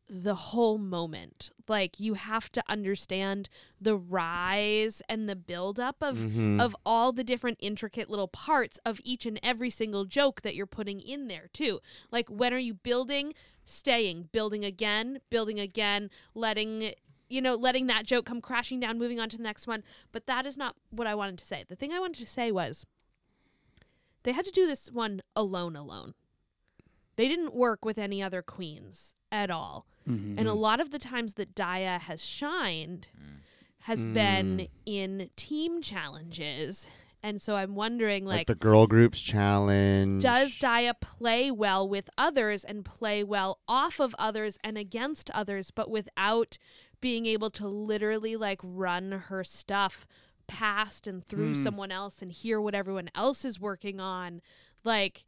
S3: the whole moment. Like you have to understand the rise and the buildup of
S1: Mhm.
S3: of all the different intricate little parts of each and every single joke that you're putting in there too. Like when are you building, staying, building again, building again, letting you know, letting that joke come crashing down, moving on to the next one. But that is not what I wanted to say. The thing I wanted to say was they had to do this one alone alone. They didn't work with any other queens at all.
S4: Mhm.
S1: Mm-hmm.
S3: And a lot of the times that Daya has shined
S1: Mm.
S3: has been in team challenges. And so I'm wondering
S1: like,
S3: like,
S1: the girl groups challenge.
S3: does Daya play well with others and play well off of others and against others, but without being able to literally like run her stuff past and through someone else and hear what everyone else is working on? Like,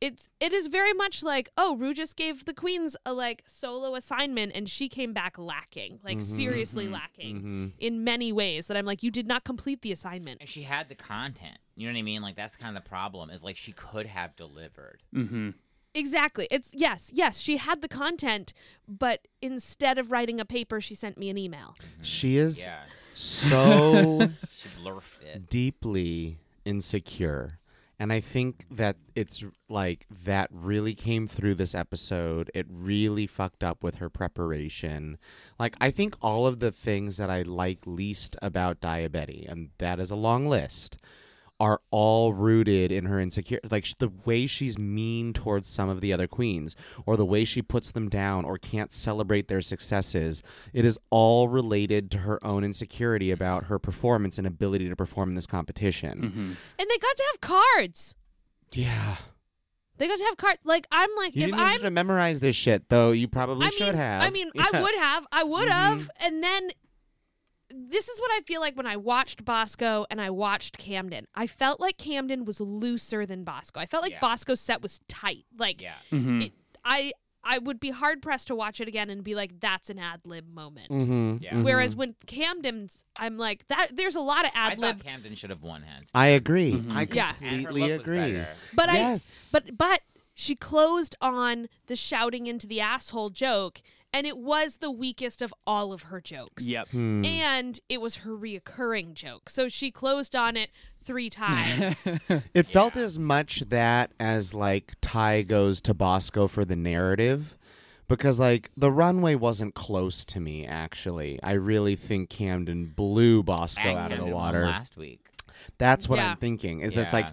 S3: it's it is very much like oh Rue just gave the queens a like solo assignment and she came back lacking like seriously lacking
S1: Mm-hmm.
S2: Mm-hmm.
S3: in many ways that I'm like you did not complete the assignment
S2: And she had the content. You know what I mean? Like that's kind of the problem. Is like she could have delivered.
S4: Mhm.
S3: Exactly. It's yes, yes, she had the content, but instead of writing a paper, she sent me an email.
S1: She is
S2: Yeah,
S1: so
S2: she blurfed it.
S1: deeply insecure. And I think that it's like that really came through this episode. It really fucked up with her preparation. Like, I think all of the things that I like least about Diabetti, and that is a long list, are all rooted in her insecure. Like, sh- the way she's mean towards some of the other queens, or the way she puts them down, or can't celebrate their successes. It is all related to her own insecurity about her performance and ability to perform in this competition.
S2: Hmm.
S3: And they got to have cards.
S1: Yeah.
S3: They got to have cards. Like I'm like
S1: You
S3: if
S1: didn't
S3: I'm
S1: have to memorize this shit, though. You probably
S3: I
S1: should
S3: mean,
S1: have. (laughs)
S3: I mean,
S1: Yeah. Mm-hmm.
S3: I would have. I would have. And then this is what I feel like when I watched Bosco and I watched Camden. I felt like Camden was looser than Bosco. I felt like
S2: Yeah.
S3: Bosco's set was tight. Like
S2: Yeah,
S4: Mhm.
S3: it, I I would be hard pressed to watch it again and be like, that's an ad lib moment.
S1: Mm-hmm.
S2: Yeah.
S3: Whereas when Camden's, I'm like that. There's a lot of
S2: I
S3: ad
S2: thought
S3: lib,
S2: Camden should have won hands.
S1: I agree.
S4: Mhm.
S1: I
S3: Yeah.
S2: Mm-hmm. And her
S1: completely
S2: look was
S1: agree.
S2: better.
S3: but I
S1: yes.
S3: But but she closed on the shouting into the asshole joke, and it was the weakest of all of her jokes.
S4: Yep.
S1: Hmm.
S3: And it was her reoccurring joke. So she closed on it
S2: (laughs)
S3: three times.
S1: It felt as much that as like Ty goes to Bosco for the narrative because like the runway wasn't close to me actually. I really think Camden blew Bosco
S2: And
S1: out of
S2: Camden
S1: the
S2: won
S1: water.
S2: last week.
S1: That's what
S3: Yeah.
S1: I'm thinking. Is it's like
S2: Yeah.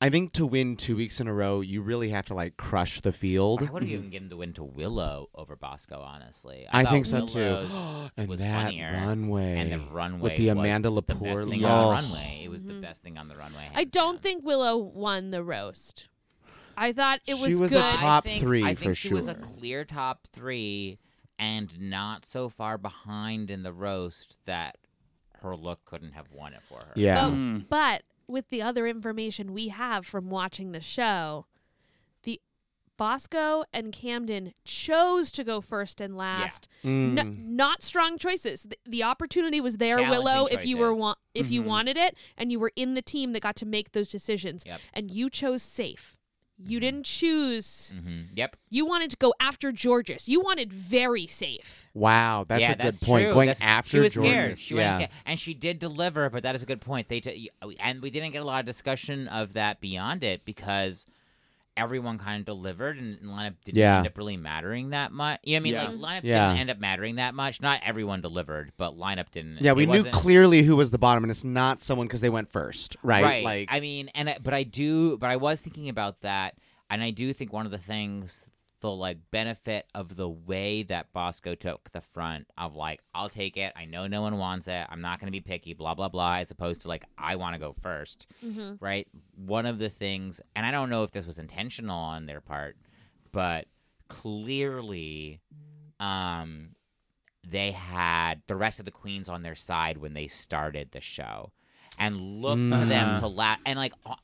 S1: I think to win 2 weeks in a row, you really have to like crush the
S2: I
S1: field.
S2: would have even given the win to Willow over Bosco, honestly.
S1: I,
S2: thought
S1: think so
S2: Willow's
S1: too. (gasps) and
S2: was
S1: that
S2: funnier.
S1: runway.
S2: and the runway
S1: with the
S2: was
S1: Amanda
S2: the
S1: Lepore
S2: best thing
S1: look.
S2: on the
S1: Oh.
S2: runway. It was the best thing on the runway.
S3: I
S2: hands
S3: don't
S2: down.
S3: think Willow won the roast. I thought it was,
S1: She was a
S3: good.
S1: I top
S2: think-
S1: three
S2: I
S1: for
S2: think she was a
S1: sure.
S2: clear top three, and not so far behind in the roast that her look couldn't have won it for her.
S1: Yeah.
S3: Well,
S4: Mm.
S3: But with the other information we have from watching the show, the Bosco and Camden chose to go first and last. No,
S1: Mm.
S3: not strong choices. The, the opportunity was there,
S2: Challenging
S3: Willow, if you were
S2: choices.
S3: wa- if you
S4: Mhm.
S3: wanted it and you were in the team that got to make those decisions
S2: Yep. Mm-hmm.
S3: and you chose safe. You didn't choose.
S2: Mhm. Yep.
S3: You wanted to go after Georges. You wanted very safe.
S1: Wow, that's
S2: yeah,
S1: a good
S2: that's
S1: point.
S2: True.
S1: Going
S2: That's-
S1: after
S2: she was
S1: Jordan.
S2: scared. She went
S1: yeah.
S2: scared. and she did deliver, but that is a good point. They t- and we didn't get a lot of discussion of that beyond it because everyone kind of delivered, and lineup didn't
S1: Yeah.
S2: end up really mattering that much. You know what I
S4: Yeah.
S2: mean? Like lineup
S1: Yeah.
S2: didn't end up mattering that much. Not everyone delivered, but lineup didn't.
S1: Yeah,
S2: It
S1: we knew
S2: wasn't-
S1: clearly who was the bottom, and it's not someone because they went first, right?
S2: right.
S1: Like,
S2: I mean, and I, but I do, but I was thinking about that, and I do think one of the things, the like benefit of the way that Bosco took the front of like, I'll take it. I know no one wants it. I'm not going to be picky. Blah blah blah. As opposed to like, I want to go first,
S3: Mhm.
S2: right? One of the things, and I don't know if this was intentional on their part, but clearly, um, they had the rest of the queens on their side when they started the show and looked to them
S4: Mhm.
S2: to laugh and like uh,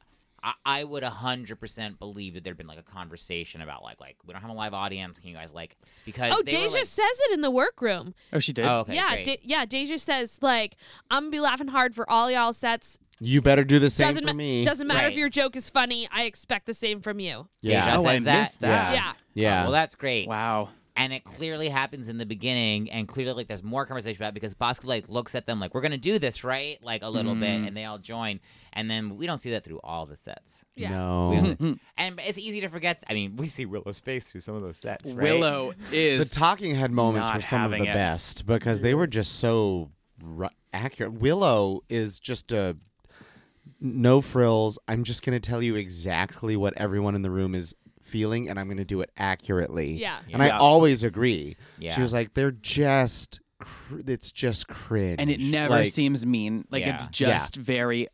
S2: I, I would 100% believe that there'd been like a conversation about like like we don't have a live audience can you guys like because
S3: Oh,
S2: they were,
S3: Deja
S2: like-
S3: says it in the workroom.
S4: Oh, she did.
S2: oh, okay,
S3: yeah,
S2: great.
S3: De- yeah. Deja says like, "I'm gonna be laughing hard for all y'all sets.
S1: you better do the same
S3: doesn't
S1: for
S3: ma-
S1: me.
S3: doesn't matter if
S2: Right.
S3: your joke is funny. I expect the same from you."
S1: yeah,
S2: Deja
S4: Oh, I
S2: says that.
S4: missed that.
S1: Yeah.
S3: yeah.
S1: yeah.
S2: Oh, well that's great
S4: Wow.
S2: and it clearly happens in the beginning and clearly like there's more conversation about it because Bosco like looks at them like we're gonna do this right like a little bit
S4: Mm.
S2: and they all join and then we don't see that through all the
S4: (laughs)
S2: sets
S3: Yeah.
S1: No, (laughs)
S2: and it's easy to forget I mean we see Willow's face through some of those sets right?
S4: Willow
S1: the
S4: is
S1: talking head moments
S4: Not
S1: were some of the
S4: having it.
S1: best because they were just so ru- accurate. Willow is just a no frills. I'm just gonna tell you exactly what everyone in the room is feeling, and I'm gonna do it accurately.
S3: Yeah.
S1: and I
S4: Yeah.
S1: always agree.
S2: yeah
S1: She was like, they're just, cr- it's just cringe,
S4: and it never
S1: Like,
S4: seems mean. Like
S2: Yeah.
S4: it's
S2: Yeah.
S4: just very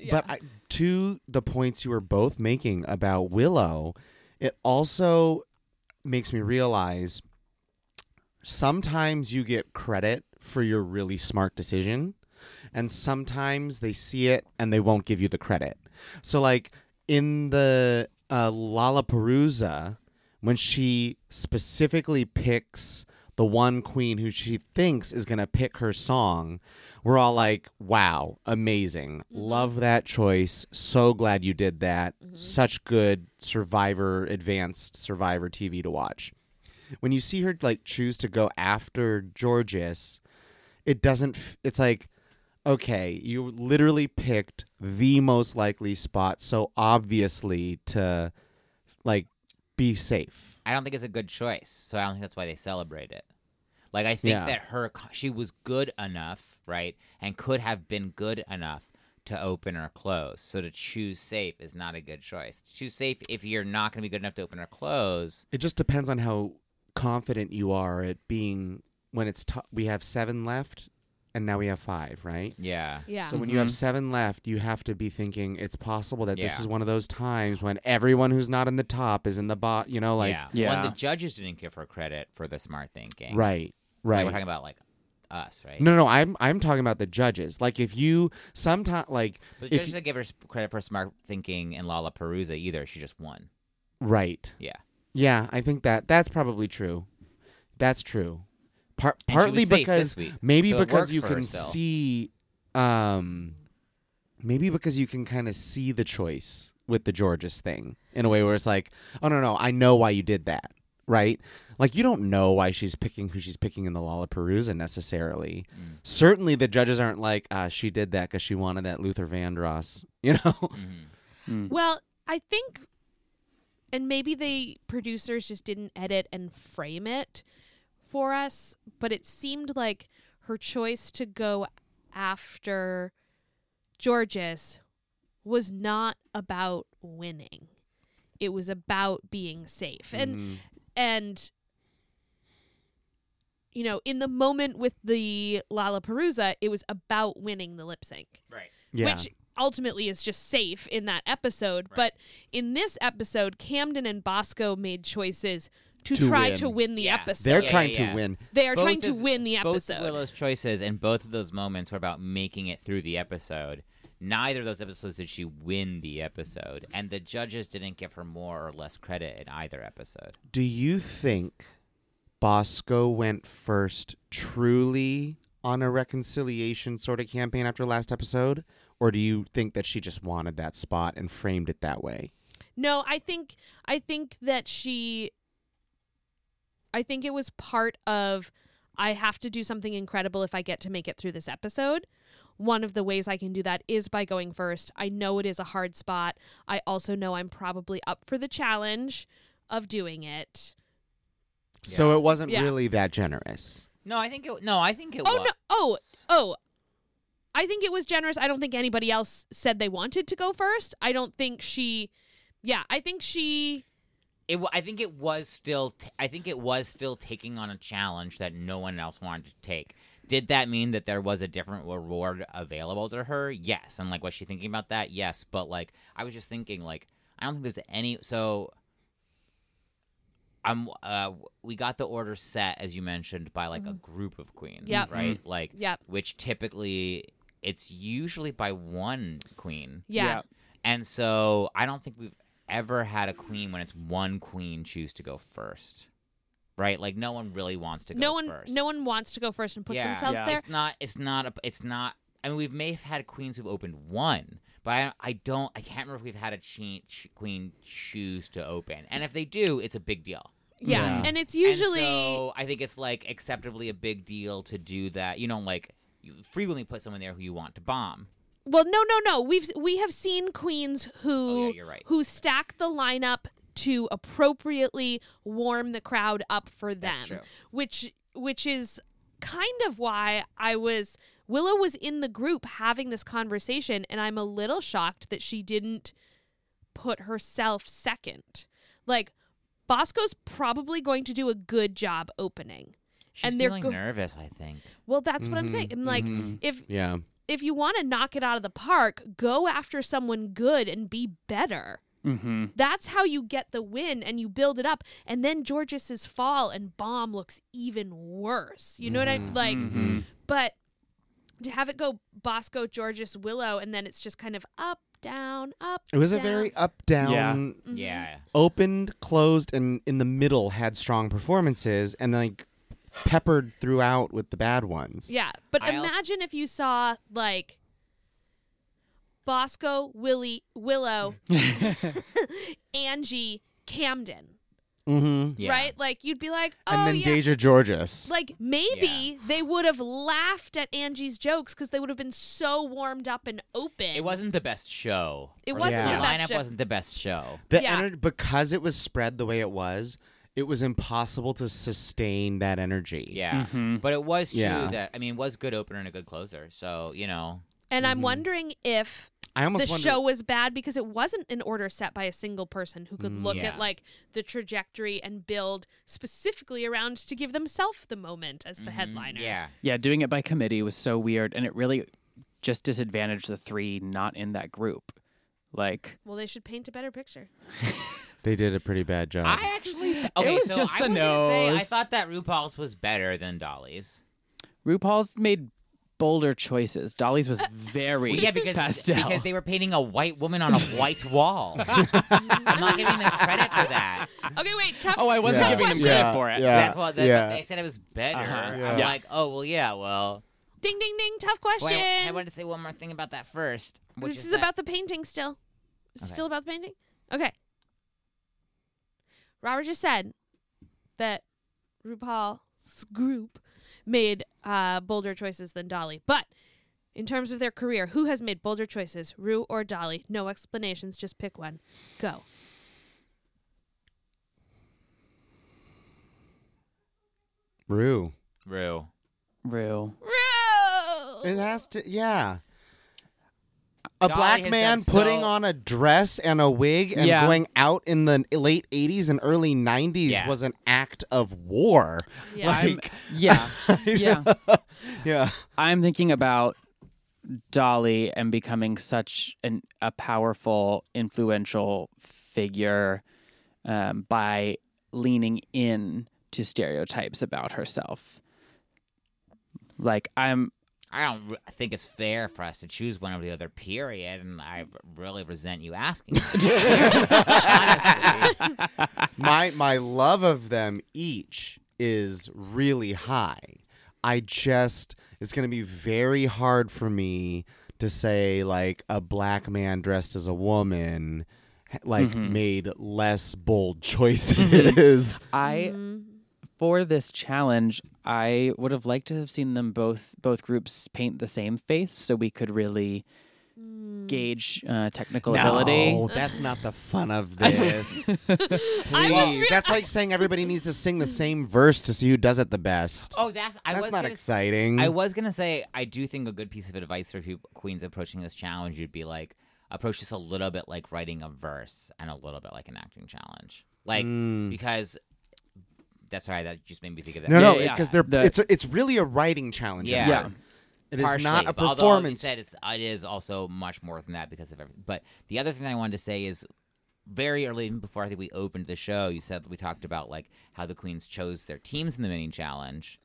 S3: (laughs) Yeah.
S1: But I, to the points you were both making about Willow, it also makes me realize sometimes you get credit for your really smart decision, and sometimes they see it and they won't give you the credit. So, like in the uh, Lollapalooza, when she specifically picks the one queen who she thinks is going to pick her song, we're all like, wow, amazing. Love that choice. So glad you did that. Such good survivor, advanced survivor TV to watch. When you see her like choose to go after Georges, it doesn't, f- it's like, okay, you literally picked the most likely spot so obviously to like be safe.
S2: I don't think it's a good choice, so I don't think that's why they celebrate it. Like I think
S1: Yeah.
S2: that her co- she was good enough, right, and could have been good enough to open or close. So to choose safe is not a good choice. Choose safe if you're not going to be good enough to open or close.
S1: It just depends on how confident you are at being when it's t- we have 7 left and now we have 5, right?
S2: Yeah.
S3: yeah.
S1: So when you have
S4: Mhm.
S1: 7 left, you have to be thinking it's possible that this
S2: Mm-hmm. Yeah.
S1: is one of those times when everyone who's not in the top is in the bot, you know, like
S2: yeah.
S4: Yeah.
S2: One, the judges didn't give her credit for the smart thinking.
S1: right.
S2: So, like,
S1: Right.
S2: we're talking about like us, right?
S1: no, no, I'm I'm talking about the judges. Like if you sometimes like
S2: But the
S1: if
S2: judges didn't give her s- credit for smart thinking in Lala Perusa either. She just won.
S1: Right.
S2: Yeah.
S1: Yeah, I think that that's probably true. That's true. Par-
S2: And she was
S1: partly
S2: safe
S1: because
S2: this week,
S1: maybe
S2: so it
S1: because
S2: worked
S1: you
S2: for
S1: can
S2: her still.
S1: see, um, maybe because you can kind of see the choice with the Georges thing in a way where it's like, oh no no, I know why you did that, right? Like you don't know why she's picking who she's picking in the Lollapalooza necessarily.
S2: Mm.
S1: Certainly, the judges aren't like, uh, she did that because she wanted that Luther Vandross, (laughs) you know?
S2: Mm-hmm.
S3: Well, I think, and maybe the producers just didn't edit and frame it for us, but it seemed like her choice to go after Georges was not about winning. It was about being safe. And
S1: Mhm.
S3: and you know, in the moment with the Lollapalooza, it was about winning the lip sync
S2: Right.
S1: yeah,
S3: which ultimately is just safe in that episode.
S2: Right.
S3: But in this episode, Camden and Bosco made choices to,
S1: To
S3: try
S1: win.
S3: to win the
S2: Yeah.
S3: episode.
S1: they're
S2: Yeah,
S1: trying
S2: yeah.
S1: to win.
S3: They are
S2: Both
S3: trying to
S2: of-
S3: win the
S2: both
S3: episode.
S2: of Willow's choices and both of those moments were about making it through the episode. Neither of those episodes did she win the episode, and the judges didn't give her more or less credit in either episode.
S1: Do you think Bosco went first truly on a reconciliation sort of campaign after last episode? Or do you think that she just wanted that spot and framed it that way?
S3: No, I think I think that she I think it was part of I have to do something incredible if I get to make it through this episode. One of the ways I can do that is by going first. I know it is a hard spot. I also know I'm probably up for the challenge of doing it.
S1: So
S2: Yeah.
S1: it wasn't
S3: Yeah.
S1: really that generous.
S2: No, I think it. No, I think it
S3: Oh
S2: was.
S3: no. Oh, oh. I think it was generous. I don't think anybody else said they wanted to go first. I don't think she Yeah, I think she
S2: It, wa- I think it was still. T- I think it was still taking on a challenge that no one else wanted to take. Did that mean that there was a different reward available to her? Yes. And like, was she thinking about that? Yes. But like, I was just thinking, like, I don't think there's any. So, I'm. Uh, we got the order set as you mentioned by like a group of queens.
S3: Mm-hmm. Yep.
S2: Right. Like.
S3: Yep.
S2: Which typically, it's usually by one queen.
S3: yeah.
S2: And so I don't think we've ever had a queen when it's one queen choose to go first. Right? Like no one really wants to go
S3: no one
S2: first.
S3: no one wants to go first and puts
S2: Yeah.
S3: themselves
S4: Yeah.
S3: there
S2: It's not it's not a it's not I mean we may have had queens who've opened one, but I, I don't I can't remember if we've had a che- ch- queen choose to open. And if they do, it's a big deal.
S3: yeah.
S1: Yeah.
S3: and it's
S2: And
S3: usually
S2: so I think it's like acceptably a big deal to do that. You know, like you frequently put someone there who you want to bomb.
S3: well no no no we've we have seen queens who
S2: Oh, yeah, you're right.
S3: who stack the lineup to appropriately warm the crowd up for them
S2: true.
S3: which which is kind of why I was Willow was in the group having this conversation and I'm a little shocked that she didn't put herself second like Bosco's probably going to do a good job opening
S2: She's
S3: And they're
S2: feeling
S3: go-
S2: nervous, I think.
S3: Well, that's what I'm
S1: Mhm,
S3: saying. And like,
S1: mhm.
S3: if
S1: Yeah.
S3: if you want to knock it out of the park, go after someone good and be better.
S4: Mm-hmm.
S3: That's how you get the win and you build it up. And then Georges's fall and bomb looks even worse. You know what I am like?
S4: Mhm.
S3: But to have it go Bosco, Georges, Willow, and then it's just kind of up, down, up.
S1: It was a
S3: down.
S1: very up down,
S3: Mhm.
S2: Yeah.
S1: opened, closed, and in the middle had strong performances and like peppered throughout with the bad ones.
S3: Yeah, but
S2: I also-
S3: imagine if you saw like Bosco, Willie,
S2: (laughs)
S3: Willow, Angie, Camden,
S1: Mm-hmm.
S2: Yeah.
S3: right? Like you'd be like, oh
S1: and then
S3: yeah.
S1: Deja Georges.
S3: like maybe they would have laughed at Angie's jokes because they would have been so warmed up and open.
S2: It wasn't the best show.
S3: It
S2: Or
S1: wasn't
S2: the
S1: the
S3: best
S2: lineup
S3: show.
S2: wasn't the best show.
S1: The
S3: Yeah.
S1: energy because it was spread the way it was, it was impossible to sustain that energy.
S2: Yeah,
S4: Mm-hmm.
S2: but it was true
S1: Yeah.
S2: that I mean, it was a good opener and a good closer. So you know,
S3: and
S2: Mm-hmm.
S3: I'm wondering if
S1: I
S3: the
S1: almost wonder-
S3: show was bad because it wasn't an order set by a single person who could look
S2: Mm, Yeah.
S3: at like the trajectory and build specifically around to give themselves the moment as the headliner.
S2: Mm-hmm, yeah,
S4: Yeah, doing it by committee was so weird, and it really just disadvantaged the three not in that group. Like
S3: Well, they should paint a better picture.
S1: they did a pretty bad job.
S2: I actually th- okay.
S4: Um, was
S2: so
S4: just
S2: I
S4: the
S2: was gonna Say, I
S4: nose.
S2: thought that RuPaul's was better than Dolly's.
S4: RuPaul's made bolder choices. Dolly's was very
S2: Well, yeah, because
S4: (laughs) pastel.
S2: because they were painting a white woman on a
S4: (laughs)
S2: white wall. I'm not giving them credit for that.
S3: Okay, wait. Tough,
S4: oh, I wasn't
S3: tough
S4: giving them
S3: question.
S4: credit
S1: Yeah,
S4: for it.
S1: yeah.
S2: That's what that,
S1: yeah.
S2: they said. It was better.
S4: Uh-huh.
S2: I'm
S4: Yeah.
S2: like, oh well, yeah, well.
S3: Ding, ding, ding. Tough
S2: Well,
S3: question.
S2: I, I wanted to say one more thing about that first. Which
S3: this
S2: is,
S3: is
S2: that-
S3: about the painting still. It's
S2: Okay.
S3: still about the painting? Okay. Robert just said that RuPaul's group made uh, bolder choices than Dolly. But in terms of their career, who has made bolder choices, Rue or Dolly? No explanations, just pick one. Go.
S1: Rue.
S2: Rue.
S4: Rue.
S3: Rue!
S1: It has to, yeah. A
S2: Dolly
S1: black
S2: has
S1: man
S2: done so-
S1: putting on a dress and a wig and
S4: Yeah.
S1: going out in the late 80s and early 90s
S2: Yeah.
S1: was an act of war.
S3: Yeah.
S4: I'm,
S1: Like-
S4: yeah. yeah.
S1: Yeah.
S4: I'm thinking about Dolly and becoming such an, a powerful, influential figure um, by leaning in to stereotypes about herself. Like I'm,
S2: I don't re- think it's fair for us to choose one or the other. Period. And I really resent you asking.
S1: (laughs)
S2: that. Honestly.
S1: my my love of them each is really high. I just it's going to be very hard for me to say like a black man dressed as a woman h- like
S2: Mm-hmm.
S1: made less bold (laughs) choices.
S4: I for this challenge, I would have liked to have seen them both both groups paint the same face, so we could really gauge uh, technical ability.
S1: No, that's not the fun
S2: (laughs)
S1: of this.
S3: I was
S1: Please. That's like saying everybody needs to sing the same verse to see who does it the best.
S2: Oh, that's I
S1: that's
S2: was
S1: not
S2: gonna s-
S1: exciting.
S2: I was gonna say I do think a good piece of advice for people, queens approaching this challenge would be like approach this a little bit like writing a verse and a little bit like an acting challenge, like
S1: Mm.
S2: because that's right. That just made me think of that.
S1: no,
S4: Yeah,
S1: no,
S4: yeah,
S1: because
S4: yeah.
S1: they're
S4: The-
S1: it's a, it's really a writing challenge.
S2: Yeah.
S4: yeah.
S1: It is not
S2: Partially,
S1: a
S2: but although you
S1: performance.
S2: Said it's, it is also much more than that because of everything. But the other thing I wanted to say is very early even before I think we opened the show, you said we talked about like how the queens chose their teams in the mini challenge.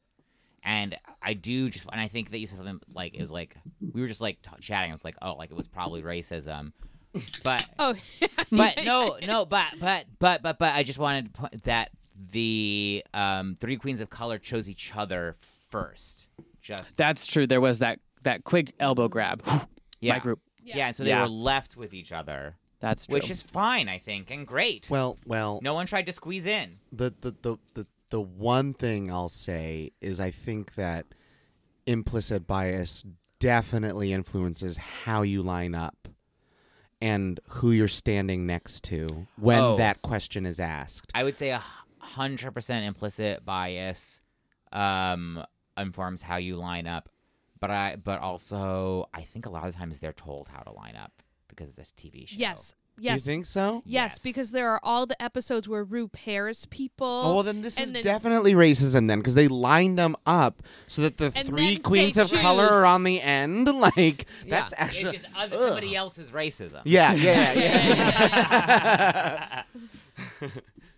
S2: And I do just, and I think that you said something like it was like we were just like t- chatting. I was like, oh, like it was probably racism,
S1: (laughs)
S2: but
S3: (laughs) oh, (laughs)
S2: but no, no, but but but but but I just wanted to point that the um, three queens of color chose each other first. Just
S4: That's true. There was that that quick elbow grab.
S2: Yeah.
S4: My group.
S2: Yeah,
S3: Yeah.
S2: and so they
S4: Yeah.
S2: were left with each other,
S4: That's true.
S2: which is fine, I think, and great.
S1: well, well,
S2: no one tried to squeeze in.
S1: the the the the, the one thing I'll say is I think that implicit bias definitely influences how you line up and who you're standing next to when
S2: Oh.
S1: that question is asked.
S2: I would say a hundred percent implicit bias um, informs how you line up, but I but also I think a lot of times they're told how to line up because of this TV show.
S3: yes.
S1: You
S3: Yes.
S1: think so?
S3: Yes,
S2: Yes.
S3: because there are all the episodes where Rue pairs people.
S1: Oh, well, then this
S3: and
S1: is
S3: then-
S1: definitely racism then, because they lined them up so that the
S3: And
S1: three
S3: then
S1: queens
S3: say
S1: of color
S3: choose.
S1: are on the end. (laughs) Like that's
S2: Yeah,
S1: actually,
S2: it's just other, somebody else's racism.
S1: yeah,
S4: (laughs)
S1: yeah,
S3: Yeah,
S1: yeah.
S3: yeah, yeah, yeah.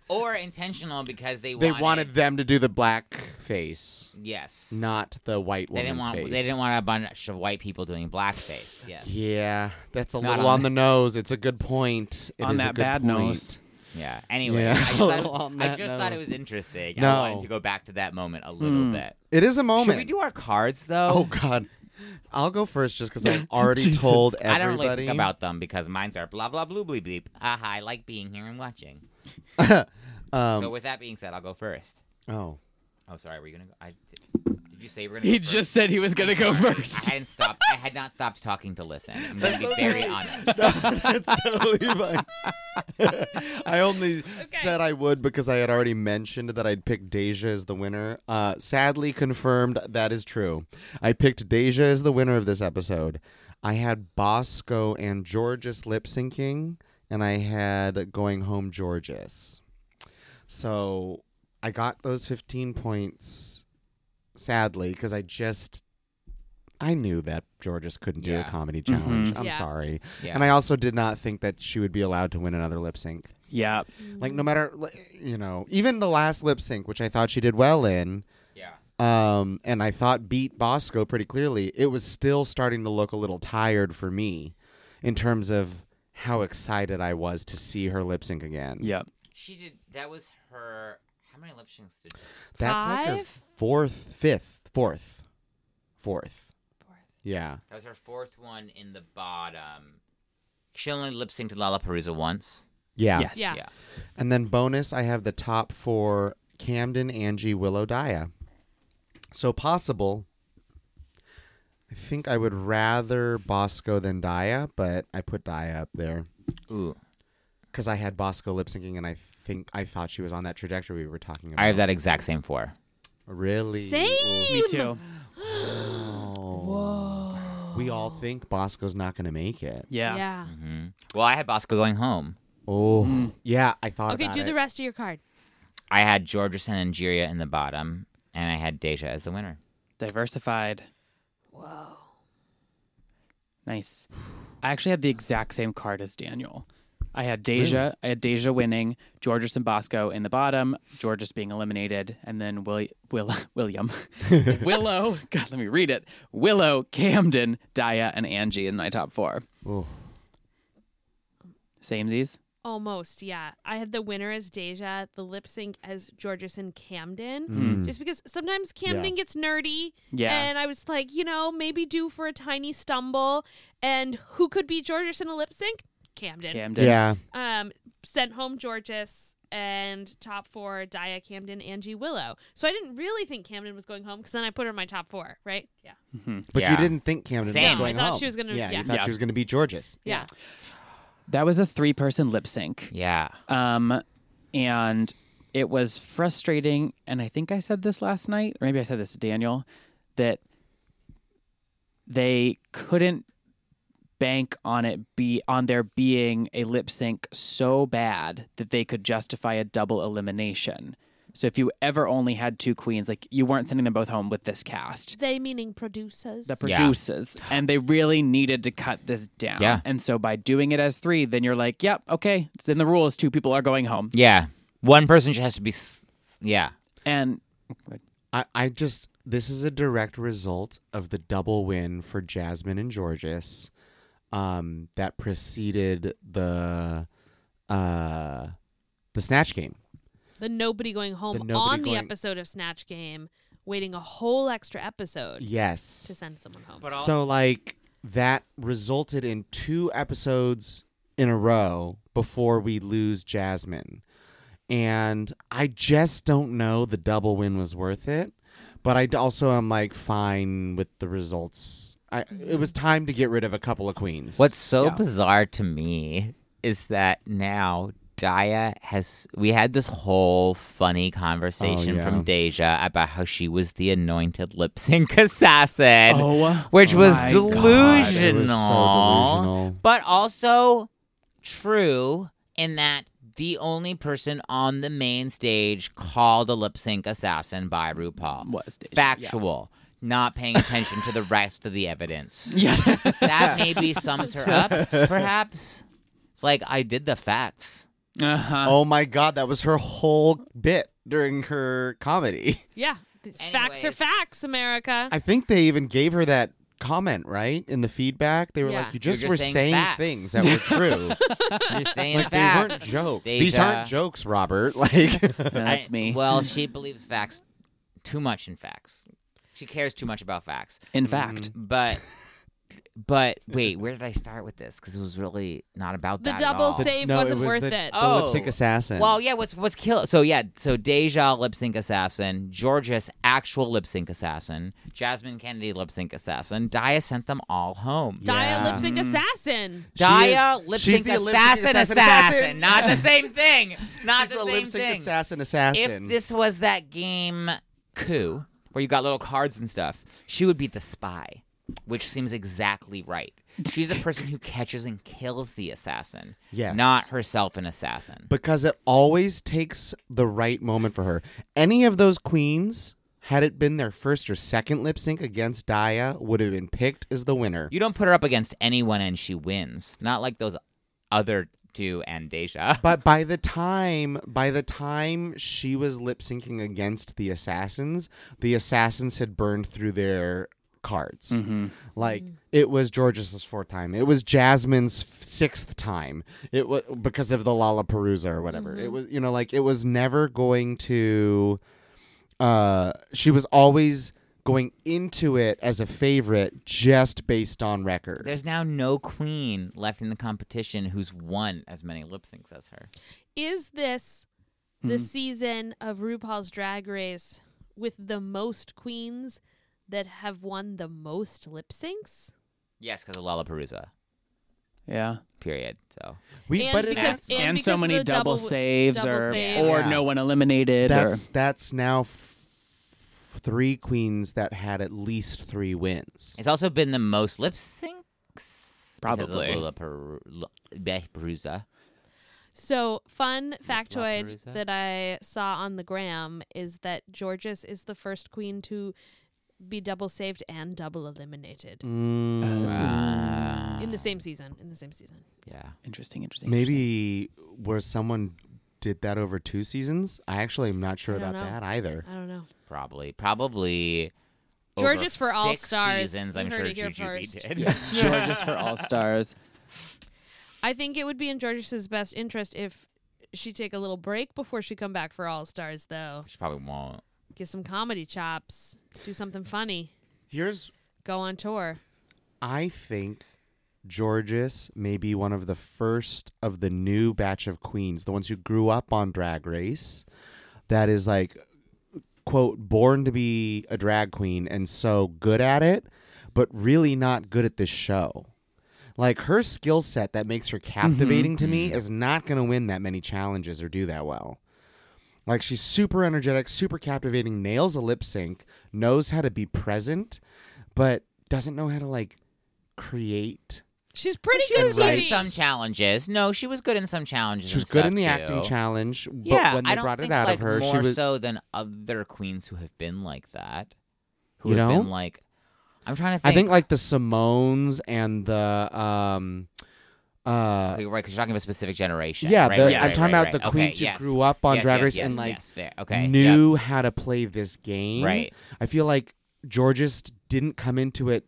S2: or intentional because they
S1: They
S2: wanted,
S1: wanted them to do the black face.
S2: yes
S1: not the white
S2: they
S1: woman's
S2: didn't want
S1: face.
S2: they didn't want a bunch of white people doing blackface yes
S1: Yeah, that's a
S2: Not
S1: little
S2: on
S1: on the nose. It's a good point. It
S4: On
S1: is a
S4: that
S1: good
S4: bad
S1: point.
S4: nose.
S2: Yeah. Anyway,
S1: Yeah.
S2: I
S1: (laughs)
S2: just, thought it, was,
S1: On
S2: I
S1: that
S2: just thought it
S1: note.
S2: was interesting. I
S1: No.
S2: wanted to go back to that moment a little bit.
S1: It is a moment.
S2: Should we do our cards though?
S1: oh God, I'll go first just because
S4: (laughs)
S1: I've already
S4: Jesus.
S1: told
S2: I don't
S1: everybody
S2: really think about them because mine's are blah blah blue bleep bleep. Haha, I like being here and watching.
S1: (laughs) Um,
S2: so with that being said, I'll go first.
S1: oh,
S2: Oh, sorry. Were you gonna go? I, did you say you were gonna?
S4: He
S2: go first?
S4: just said he was gonna (laughs) go
S2: I
S4: first.
S2: hadn't stopped. I had not stopped talking to listen. I'm gonna be
S1: (laughs) That's
S2: very
S1: okay.
S2: honest.
S1: that's totally fine. (laughs) I only said I would because I had already mentioned that I'd picked Deja as the winner. Uh, sadly, confirmed that is true. I picked Deja as the winner of this episode. I had Bosco and Georges lip syncing, and I had Going Home Georges. So I got those 15 points, sadly, because I just. I knew that Georges couldn't do
S2: Yeah.
S1: a comedy challenge. I'm
S3: Yeah.
S1: sorry.
S2: Yeah.
S1: And I also did not think that she would be allowed to win another lip sync.
S4: yeah.
S1: Like no matter li- you know, even the last lip sync which I thought she did well in,
S2: yeah.
S1: um, and I thought beat Bosco pretty clearly, it was still starting to look a little tired for me in terms of how excited I was to see her lip sync again.
S4: Yep.
S2: She did. That was her. How many lip syncs did? She?
S1: That's like her
S3: Five?
S1: fourth, fifth, fourth, fourth.
S3: Fourth.
S1: Yeah.
S2: That was her fourth one in the bottom. She only lip synced to Lollapalooza once.
S1: Yeah.
S4: Yes.
S3: Yeah.
S2: Yeah.
S1: And then bonus, I have the top four Camden, Angie, Willow, Dia. So possible. I think I would rather Bosco than Dia, but I put Dia up there
S2: Ooh,
S1: because I had Bosco lip syncing, and I think I thought she was on that trajectory we were talking about.
S2: I have that exact same four.
S1: Really?
S3: (laughs) Same.
S4: Me too.
S1: Whoa. We all think Bosco's not going to make it.
S4: Yeah.
S3: Yeah.
S2: hmm Well, I had Bosco going home.
S1: Oh,
S2: Mm.
S1: yeah. I thought.
S3: Okay,
S1: about
S3: do
S1: it.
S3: the rest of your card.
S2: I had Georgia Sanangeria in the bottom, and I had Deja as the winner.
S4: Diversified.
S3: Whoa.
S4: Nice. I actually had the exact same card as Daniel. I had Deja. I had Deja winning, Georges and Bosco in the bottom, Georges being eliminated, and then Will, Will, (laughs) William, Willow. God, let me read it. Willow, Camden, Dia, and Angie in my top four.
S1: Ooh.
S4: Samesies.
S3: Almost, yeah. I had the winner as Deja, the lip sync as Georges and Camden.
S2: Mm.
S3: Just because sometimes Camden gets nerdy.
S4: Mm. Yeah.
S3: And I was like, you know, maybe due for a tiny stumble. And who could be Georges in a lip sync? Camden.
S4: Camden.
S1: Yeah.
S3: Um, sent home Georges and top four, Dia, Camden, Angie, Willow. So I didn't really think Camden was going home because then I put her in my top four, right? Yeah.
S1: But you
S2: Yeah.
S1: didn't think Camden
S2: Same.
S1: was going
S3: I thought
S1: home.
S3: she was gonna-
S1: Yeah,
S3: yeah.
S1: you thought
S4: Yeah.
S1: she was going to be George's.
S3: Yeah.
S4: That was a three-person lip sync.
S2: Yeah.
S4: Um, and it was frustrating. And I think I said this last night, or maybe I said this to Daniel, that they couldn't bank on it be on there being a lip sync so bad that they could justify a double elimination. So if you ever only had two queens, like you weren't sending them both home with this cast.
S3: They meaning producers.
S4: The
S2: Yeah.
S4: producers and they really needed to cut this down.
S2: Yeah.
S4: And so by doing it as three, then you're like, yep, okay, it's in the rules. Two people are going home.
S2: Yeah. One person just has to be. s- Yeah.
S1: (laughs)
S4: And
S1: I, I just this is a direct result of the double win for Jasmine and Georges um, that preceded the uh, the snatch game.
S3: the nobody going home
S1: nobody
S3: on the
S1: going-
S3: episode of Snatch Game, waiting a whole extra episode
S1: Yes.
S3: to send someone home.
S2: But uh,
S1: So like that resulted in two episodes in a row before we lose Jasmine. And I just don't know the double win was worth it, but I d- also am like fine with the results. I, it was time to get rid of a couple of queens.
S2: What's so
S4: Yeah.
S2: bizarre to me is that now Daya has. We had this whole funny
S4: Oh,
S2: conversation
S1: yeah.
S2: from Deja about how she was the anointed lip sync (laughs) assassin,
S4: oh,
S2: which was
S4: my
S2: delusional.
S4: God.
S1: It was so delusional.
S2: but also true in that the only person on the main stage called a lip sync assassin by RuPaul
S4: Was Deja, yeah.
S2: factual, not paying attention to the rest of the evidence.
S4: yeah,
S2: That maybe sums
S1: (laughs)
S2: her up, perhaps. It's like I did the facts.
S1: (laughs)
S4: uh-huh.
S1: oh my god, that was her whole bit during her comedy. (laughs)
S3: yeah. Th- Facts are
S2: Anyways.
S3: facts, America.
S1: I think they even gave her that comment, right? In the feedback, they were
S3: Yeah.
S1: like, "You just
S2: just
S1: were
S2: saying
S1: saying
S2: facts."
S1: things that were true.
S2: You're saying
S1: like they
S2: facts.
S1: weren't jokes.
S2: Deja.
S1: These aren't jokes, Robert." (laughs)
S2: (laughs)
S1: Like,
S2: I-
S4: that's me.
S1: (laughs)
S2: Well, she believes facts too much in facts. She cares too much about facts.
S4: in fact,
S1: Mm.
S2: But but wait, where did I start with this? Because it was really not about
S3: the
S2: that. at
S3: double
S2: all.
S3: save
S1: no,
S3: wasn't
S1: it was
S3: worth
S1: the,
S3: it.
S1: The lip sync
S2: Oh.
S1: assassin.
S2: Well, yeah. What's what's kill? So yeah. So Deja lip sync assassin, Georges actual lip sync assassin, Jasmine Kennedy lip sync assassin. Dia sent them all home.
S3: Dia
S1: Yeah. Mm-hmm.
S3: lip sync assassin.
S1: She
S2: Dia
S1: is-
S2: lip
S1: she's
S2: sync
S1: the
S2: assassin,
S1: lip-sync
S2: assassin
S1: assassin assassin.
S2: Not the same
S1: (laughs)
S2: thing. Not
S1: she's
S2: the
S1: the
S2: same
S1: lip sync
S2: thing.
S1: assassin assassin.
S2: If this was that game coup where you got little cards and stuff, she would be the spy, which seems exactly right. She's the person who catches and kills the assassin,
S1: Yes.
S2: not herself an assassin.
S1: because it always takes the right moment for her. Any of those queens, had it been their first or second lip sync against Dia, would have been picked as the winner.
S2: You don't put her up against anyone and she wins. Not like those other to and Deja.
S1: But by the time by the time she was lip syncing against the assassins, the assassins had burned through their cards.
S4: Mhm.
S1: Like it was George's fourth time. It was Jasmine's f- sixth time. It was because of the Lollapalooza or whatever. It was you know like it was never going to. Uh, she was always going into it as a favorite just based on record.
S2: There's now no queen left in the competition who's won as many lip syncs as her.
S3: Is this
S1: Mm-hmm.
S3: the season of RuPaul's Drag Race with the most queens that have won the most lip syncs?
S2: Yes, because of Lollapalooza.
S4: Yeah.
S2: Period. So
S1: We
S3: And
S1: but it-
S3: because-
S1: that's-
S3: And
S4: And,
S3: because
S4: so
S3: of
S4: many
S3: the
S4: double,
S3: double-
S4: saves
S3: double
S4: or
S3: save.
S4: or
S1: Yeah.
S4: no one eliminated
S1: that's
S4: or
S1: that's now f- three queens that had at least three wins.
S2: it's also been the most lip syncs.
S4: Probably.
S2: Because of Lollapalooza.
S3: So, fun factoid
S2: Lollapalooza?
S3: that I saw on the gram is that Georges is the first queen to be double saved and double eliminated
S1: Mm,
S2: Wow.
S3: in the same season. In the same season.
S2: Yeah.
S4: interesting, interesting.
S1: maybe where someone did that over two seasons. I actually am not sure
S3: I don't
S1: about
S3: know.
S1: that either.
S3: I don't know.
S2: Probably. Probably. over
S3: Georges for All
S2: six
S3: Stars.
S2: Seasons,
S3: You
S2: I'm
S3: heard
S2: sure
S3: it here
S2: GGB
S3: first.
S2: did.
S4: interesting. Georges for all stars.
S3: I think it would be in Georges' best interest if she take a little break before she come back for All Stars, though.
S2: (laughs) She probably
S3: (laughs)
S2: won't.
S3: Get some comedy chops. Do something funny.
S1: Here's
S3: Go on tour.
S1: I think Georges may be one of the first of the new batch of queens, the ones who grew up on Drag Race, that is like, quote, born to be a drag queen and so good at it, but really not good at this show. Like her skill set that makes her captivating to me is not going to win that many challenges or do that well. Like she's super energetic, super captivating, nails a lip sync, knows how to be present, but doesn't know how to like create.
S3: She's pretty
S2: She
S3: good
S2: was
S3: at
S2: good in
S3: TV.
S2: some challenges. No, she was good in some challenges.
S1: She
S2: and
S1: was good
S2: stuff,
S1: in the
S2: too.
S1: acting challenge, but
S2: yeah,
S1: when
S2: I
S1: they
S2: don't
S1: brought it
S2: think,
S1: out
S2: like,
S1: of her,
S2: more
S1: she was
S2: so than other queens who have been like that. Who
S1: You
S2: have
S1: know?
S2: been like, I'm trying to
S1: I
S2: think.
S1: think like the Simones and the um uh
S2: Okay, right, because you're talking about a specific generation.
S1: yeah,
S2: right,
S1: the,
S2: right,
S1: I'm
S2: right,
S1: talking
S2: right,
S1: about
S2: right.
S1: the
S2: Okay,
S1: queens who
S2: yes.
S1: grew up on
S2: yes,
S1: Drag
S2: yes,
S1: Race
S2: yes,
S1: and like
S2: yes, fair. okay,
S1: knew how to play this game.
S2: yep, right.
S1: I feel like Georges didn't come into it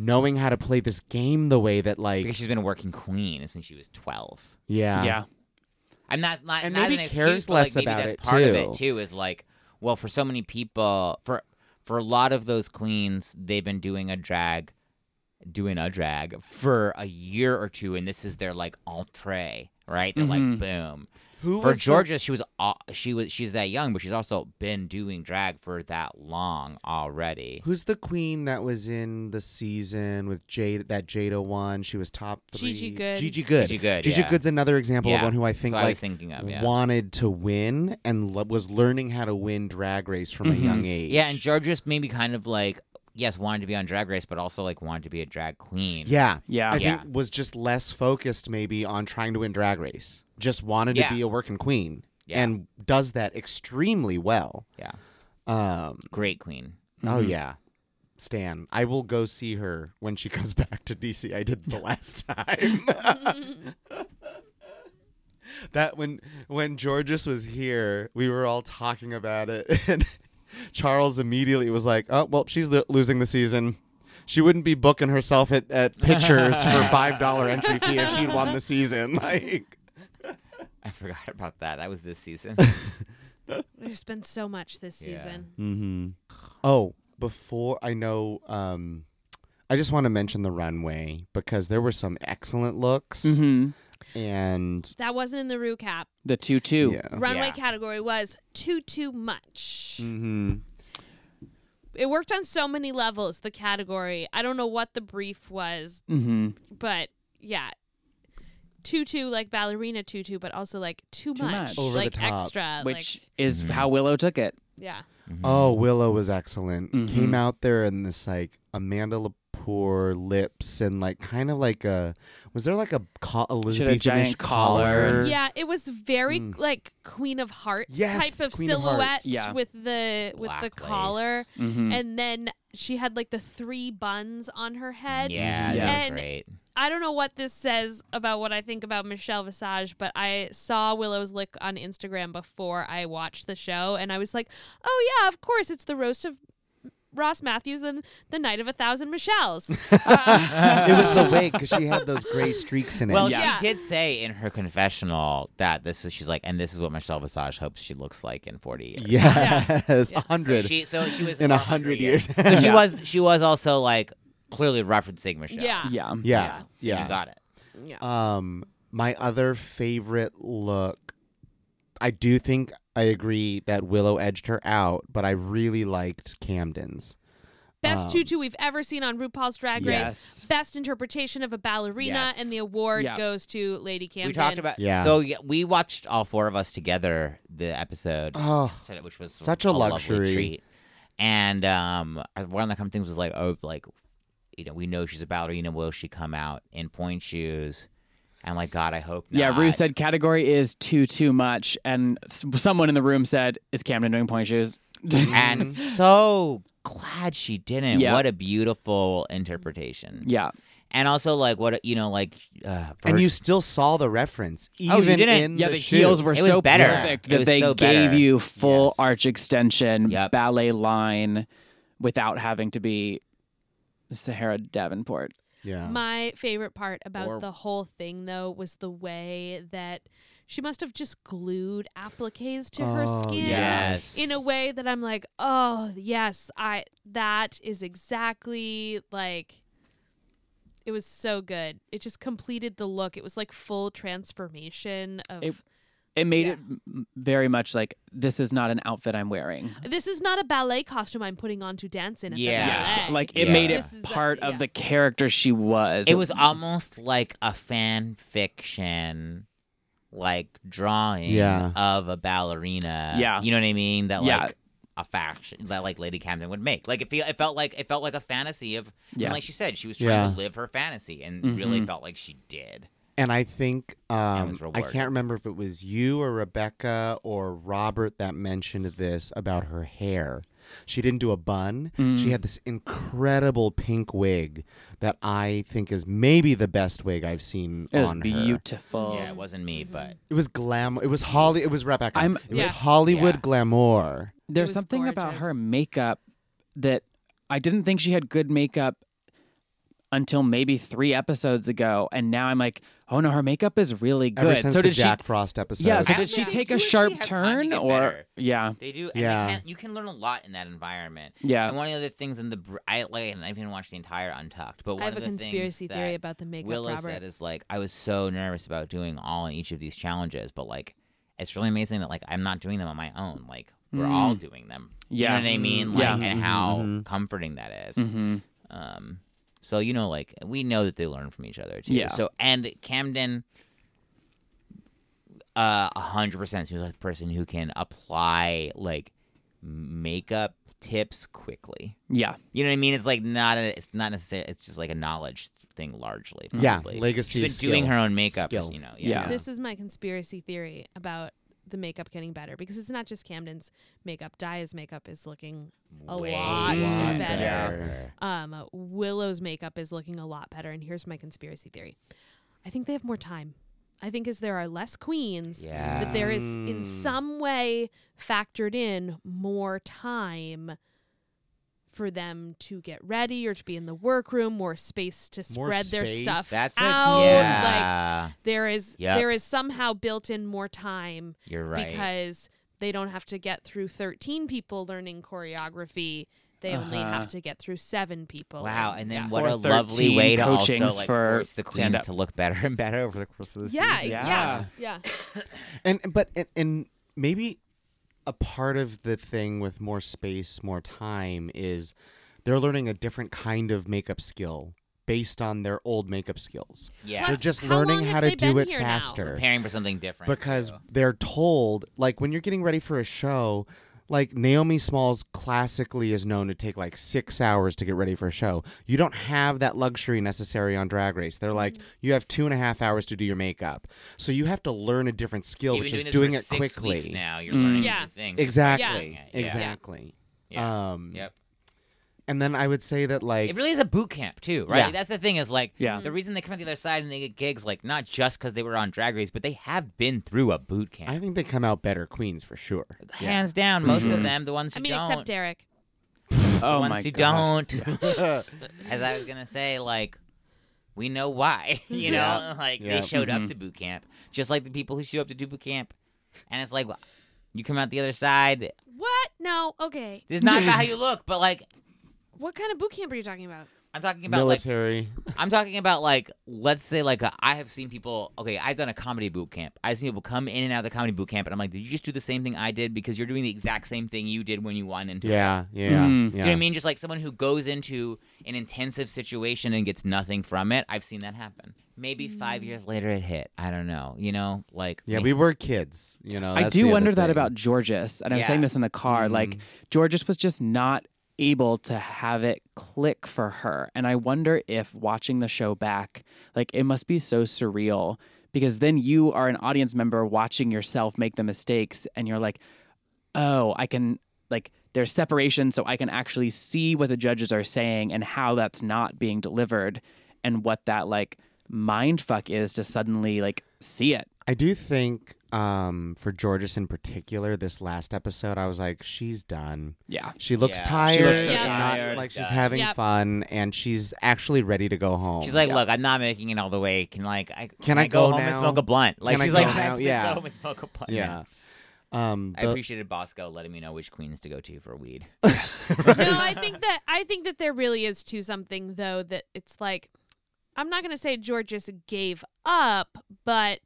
S1: knowing how to play this game the way that like
S2: Because she's been a working queen since she was 12.
S1: (laughs) yeah.
S4: yeah.
S2: I'm not not
S1: And
S2: not as
S1: maybe
S2: an
S1: cares
S2: excuse, but,
S1: less
S2: like, maybe
S1: about
S2: that's
S1: it,
S2: part of
S1: too.
S2: it too is like well for so many people for for a lot of those queens they've been doing a drag doing a drag for a year or two and this is their like entree right they're like boom
S1: Mm-hmm. Who
S2: for
S1: was the-
S2: Georgia she was al- she was she's that young but she's also been doing drag for that long already
S1: Who's the queen that was in the season with Jade? That Jada one. She was top three.
S3: Gigi Good.
S1: Gigi Good.
S2: Gigi Good, yeah.
S1: Good's another example of
S2: Yeah.
S1: one who I think
S2: So I
S1: like
S2: was thinking of, yeah.
S1: wanted to win and lo- was learning how to win Drag Race from a young age.
S2: Mm-hmm. yeah and Georgia's maybe kind of like yes wanted to be on Drag Race but also like wanted to be a drag queen
S1: yeah,
S4: Yeah.
S1: I
S2: Yeah.
S1: think was just less focused maybe on trying to win Drag Race. Just wanted
S2: Yeah.
S1: to be a working queen
S2: Yeah.
S1: and does that extremely well.
S2: yeah
S1: Um,
S2: great queen
S1: Oh yeah. Stan, I will go see her when she (laughs) comes back to DC. I did the last time. (laughs) that when when Georges was here, we were all talking about it (laughs) and Charles immediately was like, "Oh, well, she's lo- losing the season. She wouldn't be booking herself at, at pictures for $5 entry fee if she'd won the season." (laughs) Like
S2: I (laughs) forgot about that. That was
S1: (laughs)
S2: this season.
S3: There's been so much this
S2: Yeah.
S3: season.
S1: Mm-hmm. Oh, before I know, um, I just want to mention the runway because there were some excellent looks,
S4: hmm
S1: and
S3: That wasn't in the recap.
S4: The two two.
S1: yeah,
S3: Runway
S2: Yeah.
S3: category was too too much.
S1: mm-hmm.
S3: It worked on so many levels. The category. I don't know what the brief was,
S4: Mm-hmm.
S3: but yeah, tutu like ballerina tutu, but also like too,
S4: Too
S3: much,
S4: much. Over
S1: the
S3: like
S1: top.
S3: extra,
S4: Which
S3: like
S4: is
S1: Mm-hmm.
S2: Mhm.
S4: how Willow took it.
S3: yeah.
S2: Mm-hmm.
S1: Oh, Willow was excellent.
S4: Mhm.
S1: Came out there in this like Amanda Lepore lips and like kind of like a was there like a co- Elizabethanish
S4: giant collar and-
S1: collar?
S4: Or-
S3: Yeah, it was very
S1: Mm.
S3: like Queen of Hearts
S1: Yes,
S3: type of
S1: Queen of Hearts.
S3: silhouettes
S4: Yeah.
S3: with the with the
S2: Black
S3: collar,
S2: lace.
S1: Mm.
S4: Mm-hmm.
S3: and then she had like the three buns on her head.
S2: Yeah,
S4: Yeah.
S1: Mm-hmm.
S2: yeah.
S3: And-
S2: great.
S3: I don't know what this says about what I think about Michelle Visage, but I saw Willow's lick on Instagram before I watched the show, and I was like, "Oh yeah, of course, it's the roast of Ross Matthews and the night of a thousand Michelles." Uh,
S1: it was the wig because she had those gray streaks in it.
S2: Well,
S4: Yeah.
S2: she did say in her confessional that this is she's like, and this is what Michelle Visage hopes she looks like in forty years.
S1: yes,
S3: Yeah.
S1: a
S2: So
S1: hundred
S2: she so she
S1: (laughs)
S2: was
S1: in a
S2: well,
S1: hundred years.
S2: So
S1: (laughs)
S2: she
S4: Yeah.
S2: was she was also like clearly referencing Michelle.
S3: yeah,
S4: Yeah.
S1: yeah,
S2: So
S1: yeah.
S2: You got it.
S3: yeah.
S1: Um, my other favorite look, I do think I agree that Willow edged her out, but I really liked Camden's.
S3: Best
S1: um,
S3: tutu we've ever seen on RuPaul's Drag Race.
S4: Yes.
S3: Best interpretation of a ballerina,
S2: Yes.
S3: and the award
S4: Yeah.
S3: goes to Lady Camden.
S2: We talked about
S1: Yeah.
S2: So yeah, we watched all four of us together the episode,
S1: Oh,
S2: so- which was
S1: such a
S2: lovely
S1: luxury.
S2: treat. And um, one of the common things was like, oh, like you know, we know she's a ballerina. Will she come out in point shoes? And like, God, I hope not.
S4: Yeah, Rue said category is too too much, and s- someone in the room said, "Is Camden doing
S1: (laughs)
S4: point shoes?" (laughs)
S2: and so glad she didn't.
S4: Yeah.
S2: What a beautiful interpretation.
S4: yeah,
S2: And also, like, what, a- you know, like, uh,
S1: and
S2: Vir-
S1: you still saw the reference
S2: Oh, you
S1: even
S2: didn't-
S1: in
S4: yeah.
S1: the,
S4: The,
S1: shoe.
S4: heels were
S2: It was
S4: so
S2: better.
S4: perfect
S2: It
S4: that
S2: was
S4: they
S2: so
S4: gave
S2: better.
S4: you full
S2: Yes.
S4: arch extension
S2: Yep.
S4: ballet line without having to be Sahara Davenport.
S1: yeah.
S3: My favorite part about
S2: Or-
S3: the whole thing, though, was the way that she must have just glued appliques to her
S1: Oh,
S3: skin
S2: Yes.
S3: in a way that I'm like, oh yes, I that is exactly like. It was so good. It just completed the look. It was like full transformation of.
S4: It- It made
S3: Yeah.
S4: it m- very much like this is not an outfit I'm wearing.
S3: this is not a ballet costume I'm putting on to dance in. At
S2: Yeah.
S3: the
S2: Yes,
S3: ballet.
S4: Like it
S2: Yeah.
S4: made it
S3: This is a-
S4: part
S3: yeah.
S4: of the character she was.
S2: it was almost like a fan fiction like drawing
S1: Yeah.
S2: of a ballerina
S4: Yeah.
S2: you know what i mean that like
S4: Yeah.
S2: a faction that like lady camden would make like it, feel, it felt like it felt like a fantasy of and
S4: Yeah.
S2: like she said she was trying
S1: Yeah.
S2: to live her fantasy and really
S4: Mhm.
S2: felt like she did
S1: And I think um,
S2: was
S1: I
S2: rewarding.
S1: can't remember if it was you or Rebecca or Robert that mentioned this about her hair. She didn't do a bun. She had this incredible pink wig that I think is maybe the best wig I've seen
S4: It was
S1: on her.
S4: beautiful.
S2: yeah it wasn't me
S4: Mm-hmm.
S2: but
S1: It was glam. It was Holly. It was Rebecca.
S4: I'm-
S1: it
S3: Yes.
S1: was Hollywood
S2: Yeah.
S1: glamour.
S4: There's
S3: was
S4: something about her
S3: gorgeous.
S4: makeup that I didn't think she had good makeup until maybe three episodes ago, and now I'm like, oh no, her makeup is really good.
S1: Ever since
S4: so
S1: the
S4: did
S1: Jack
S4: she?
S1: Frost episode.
S4: Yeah. So
S2: I
S4: did she
S2: actually
S4: take a
S2: wish she
S4: sharp
S2: had time to
S4: turn
S2: get
S4: or?
S2: better.
S4: Yeah.
S2: they do and
S1: Yeah.
S2: they can, you can learn a lot in that environment
S4: Yeah.
S2: and one of the other things in the br- i like and i didn't watch the entire untucked but one
S3: I have
S2: of
S3: a
S2: the
S3: conspiracy
S2: things
S3: theory
S2: that
S3: about the makeup.
S2: Willow
S3: Robert.
S2: said is like, I was so nervous about doing all in each of these challenges, but like, it's really amazing that like I'm not doing them on my own. Like we're all doing them.
S4: Hmm. Yeah. Hmm.
S2: you know what I mean. Like,
S4: Yeah. Mm-hmm.
S2: and how comforting that is.
S4: hmm
S2: Um, so you know, like we know that they learn from each other too.
S4: Yeah.
S2: So and Camden, uh, a hundred percent, seems like the person who can apply like makeup tips quickly.
S4: Yeah.
S2: You know what I mean? It's like not a, it's not necessarily, it's just like a knowledge thing largely.
S1: Yeah,
S2: probably.
S1: legacy
S2: She's been doing
S1: skill.
S2: her own makeup,
S1: Skill.
S2: you know.
S4: Yeah.
S2: Yeah.
S3: This is my conspiracy theory about the makeup getting better because it's not just Camden's makeup. Daya's makeup is looking a
S2: Way
S3: lot
S1: lot
S3: better.
S1: better.
S3: Um, Willow's makeup is looking a lot better. And here's my conspiracy theory I think they have more time. I think as there are less queens, that there is in
S1: Mm.
S3: some way factored in more time for them to get ready or to be in the workroom, more space to
S1: More
S3: spread their
S1: space.
S3: stuff
S2: That's it.
S3: out. Like
S2: yeah.
S3: there is
S2: Yep.
S3: there is somehow built in more time
S2: You're right.
S3: because they don't have to get through 13 people learning choreography. They only
S4: Uh-huh.
S3: have to get through 7 people.
S2: Wow, and then
S3: yeah.
S2: what
S4: Or
S2: a lovely
S4: 13
S2: way to also
S4: coachings
S2: like
S4: for
S2: force the queens
S4: stand-up.
S2: to look better and better over the course of the
S3: yeah,
S2: season.
S3: yeah, yeah.
S1: and but and, and maybe a part of the thing with more space more time is they're learning a different kind of makeup skill based on their old makeup skills
S2: Yeah.
S1: they're
S3: Plus,
S1: just
S3: how
S1: learning
S3: long
S1: how
S3: have
S1: to
S3: they
S1: do
S3: been
S1: it
S3: here now?
S1: faster
S2: Preparing for something different.
S1: because
S2: too.
S1: they're told like when you're getting ready for a show like Naomi Smalls classically is known to take like 6 hours to get ready for a show. You don't have that luxury necessary on drag race. They're like
S2: Mm-hmm.
S1: you have two and a half hours to do your makeup. So you have to learn a different skill
S2: You've
S1: which
S2: been
S1: is
S2: doing
S1: doing
S2: this
S1: it
S2: for six
S1: quickly. Mm.
S2: weeks now you're learning
S3: Yeah.
S2: new things.
S1: Exactly.
S2: Yeah.
S1: Exactly.
S2: Yeah.
S1: Um,
S2: Yep.
S1: And then I would say that like
S2: It really is a boot camp too, right?
S1: Yeah.
S2: That's the thing is like
S4: Yeah.
S2: the reason they come out the other side and they get gigs, like not just because they were on Drag Race, but they have been through a boot camp.
S1: I think they come out better queens for sure.
S2: Hands down, most
S4: sure.
S2: of them, the ones who
S3: I mean,
S2: don't,
S3: except Derek.
S2: the
S4: Oh
S2: ones
S4: my
S2: who
S4: God.
S2: don't. (laughs) As I was gonna say, like we know why, (laughs) you know,
S1: Yeah.
S2: like
S1: Yeah.
S2: they showed
S4: Mhm.
S2: up to boot camp, just like the people who show up to do boot camp, and it's like well, you come out the other side.
S3: What? No. Okay.
S2: This is not about how you look, but like
S3: What kind of boot camp are you
S2: (laughs)
S3: talking about?
S2: I'm talking about like
S1: Military.
S2: I'm talking about like let's say like uh, I have seen people okay I've done a comedy boot camp I've seen people come in and out of the comedy boot camp and I'm like did you just do the same thing I did because you're doing the exact same thing you did when you went into it."
S1: yeah, yeah,
S4: Mm.
S1: yeah.
S2: you know what I mean just like someone who goes into an intensive situation and gets nothing from it I've seen that happen maybe five years later it hit I don't know you know like
S1: Yeah,
S2: may-
S1: we were kids, you know.
S4: I
S1: Oh, that's
S4: do
S1: the other
S4: wonder that
S1: thing. Mm.
S4: about Georges, and I was saying
S2: Yeah.
S4: this in the car. Like Georges was just not able to have it click for her, and I wonder if watching the show back, like it must be so surreal because then you are an audience member watching yourself make the mistakes, and you're like, oh, I can like there's separation, so I can actually see what the judges are saying and how that's not being delivered, and what that like mind fuck is to suddenly like see it.
S1: I do think um, for Georges in particular, this last episode, I was like, she's done.
S4: Yeah.
S1: She looks
S2: Yeah.
S1: tired.
S2: She looks
S3: so
S1: she's not-
S4: tired.
S1: like she's
S2: Yeah.
S1: having
S3: Yep.
S1: fun, and she's actually ready to go home.
S2: She's like, look, I'm not making it all the way. Can like, I can,
S1: I
S2: I go,
S1: go
S2: home and
S1: now?
S2: smoke a blunt? Like,
S1: Can I
S2: she's
S1: go
S2: like,
S1: now?
S2: I can
S1: Yeah.
S2: go home and smoke a blunt.
S1: yeah. Um,
S2: I
S1: the-
S2: appreciated Bosco letting me know which queens to go to for
S1: (laughs)
S2: weed. (laughs)
S3: no, I think that I think that there really is to something though that it's like I'm not gonna say Georges gave up, but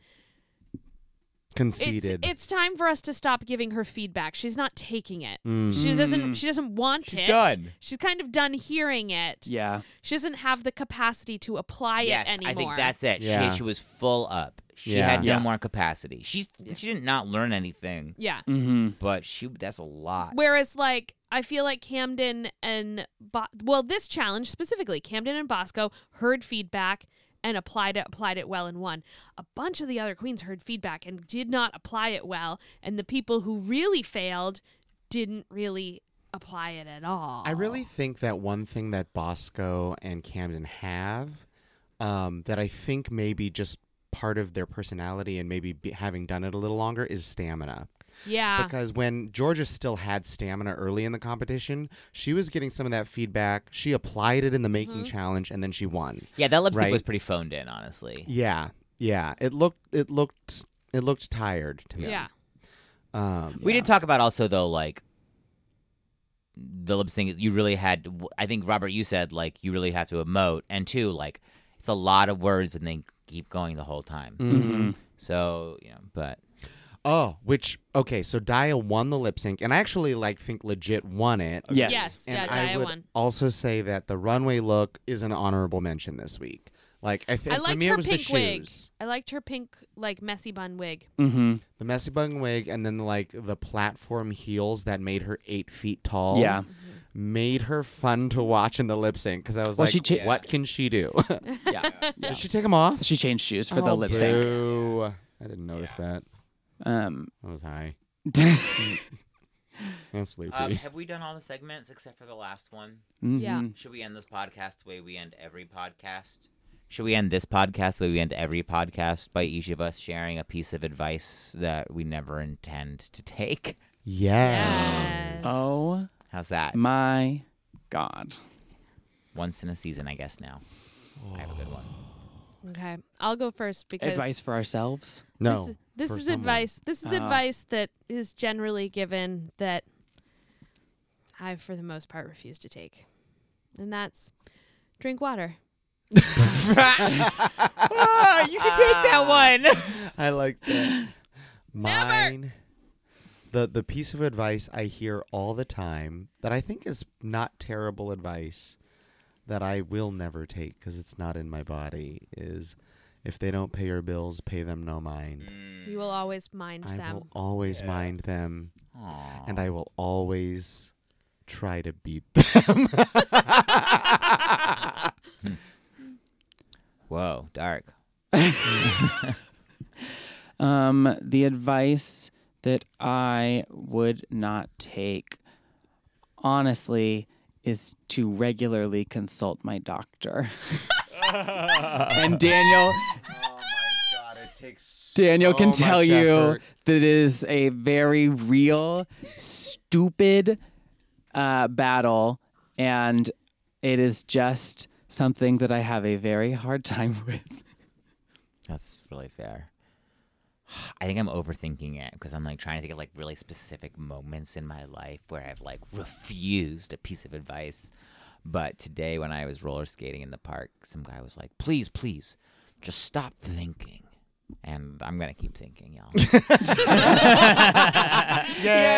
S3: it's
S1: conceited.
S3: it's time for us to stop giving her feedback. She's not taking it.
S1: Mm.
S3: She doesn't
S4: Mm.
S3: she doesn't want
S2: Mm-hmm. She's
S3: it.
S2: done.
S3: She's kind of done hearing it.
S4: Yeah.
S3: She doesn't have the capacity to apply
S2: yes,
S3: it anymore.
S2: I think that's it.
S1: Yeah.
S2: She she was full up. She
S1: Yeah.
S2: had no
S4: Yeah.
S2: more capacity. She she didn't not learn anything,
S3: yeah.
S4: Mm-hmm.
S2: but she that's a lot.
S3: Whereas, like, I feel like Camden and Bo- well, this challenge specifically, Camden and Bosco heard feedback and applied it, applied it well, and won. A bunch of the other queens heard feedback and did not apply it well, and the people who really failed didn't really apply it at all.
S1: I really think that one thing that Bosco and Camden have um, that I think maybe just part of their personality and maybe be, having done it a little longer is stamina.
S3: yeah,
S1: Because when Georgia still had stamina early in the competition, she was getting some of that feedback. She applied it in the
S3: Mm-hmm.
S1: making challenge and then she won.
S2: Yeah, that lipstick
S1: Right.
S2: was pretty phoned in, honestly.
S1: Yeah. Yeah. It looked it looked it looked tired to me.
S3: yeah,
S1: Um
S2: We did talk about also though like the lip sync. You really had. I think Robert, you said like you really have to emote, and two like it's a lot of words, and they keep going the whole time.
S1: Mm-hmm.
S2: So you know, but
S1: Oh, which okay, so Dia won the lip sync and I actually like think legit won it.
S4: Yes.
S3: Yes.
S1: And
S3: Yeah,
S1: I
S3: Dia
S1: would
S3: won.
S1: also say that the runway look is an honorable mention this week. Like I think
S3: I
S1: for
S3: liked
S1: me
S3: her
S1: it was
S3: pink
S1: the
S3: wig.
S1: shoes,
S3: I liked her pink, like messy bun wig.
S4: Mm-hmm.
S1: the messy bun wig, and then like the platform heels that made her eight feet tall.
S4: Yeah.
S1: made her fun to watch in the lip sync because I was
S4: Well,
S1: like,
S4: she cha-
S1: what can she do?
S4: (laughs)
S1: (laughs)
S4: Yeah.
S1: Did she take them off
S4: She changed shoes for the
S1: Oh,
S4: lip sync.
S1: boo. I didn't notice that.
S4: Um, (laughs)
S1: I was high and sleepy.
S2: um, have we done all the segments except for the last one?
S3: Yeah.
S4: mhm.
S2: Should we end this podcast the way we end every podcast? Should we end this podcast the way we end every podcast by each of us sharing a piece of advice that we never intend to take?
S1: yeah.
S3: Yes.
S4: Oh
S2: How's that?
S4: my God.
S2: Once in a season, I guess now. I have a good one.
S3: Okay, I'll go first because
S4: Advice for ourselves.
S1: No.
S3: This,
S1: for
S3: this is
S1: someone. Ah.
S3: advice. This is
S4: Oh.
S3: advice that is generally given that I, for the most part, refuse to take, and that's drink water.
S2: you should take that one.
S1: (laughs) I like that. Mine. The, the piece of advice I hear all the time that I think is not terrible advice that I will never take because it's not in my body is if they don't pay your bills, pay them no mind.
S3: You will always mind
S1: I
S3: them.
S1: will always mind them. and I will always try to beat them.
S2: Whoa, dark.
S4: Um, the advice that I would not take, honestly, is to regularly consult my doctor. and Daniel
S1: Oh my god, it takes
S4: Daniel
S1: so
S4: can tell
S1: much
S4: you
S1: effort.
S4: that it is a very real, stupid uh, battle, and it is just something that I have a very hard time (laughs) with.
S2: That's really fair. I think I'm overthinking it because I'm like trying to think of like really specific moments in my life where I've like refused a piece of advice. But today, when I was roller skating in the park, some guy was like, please, please, just stop (laughs) thinking. And I'm going to keep thinking, y'all.
S1: Yay.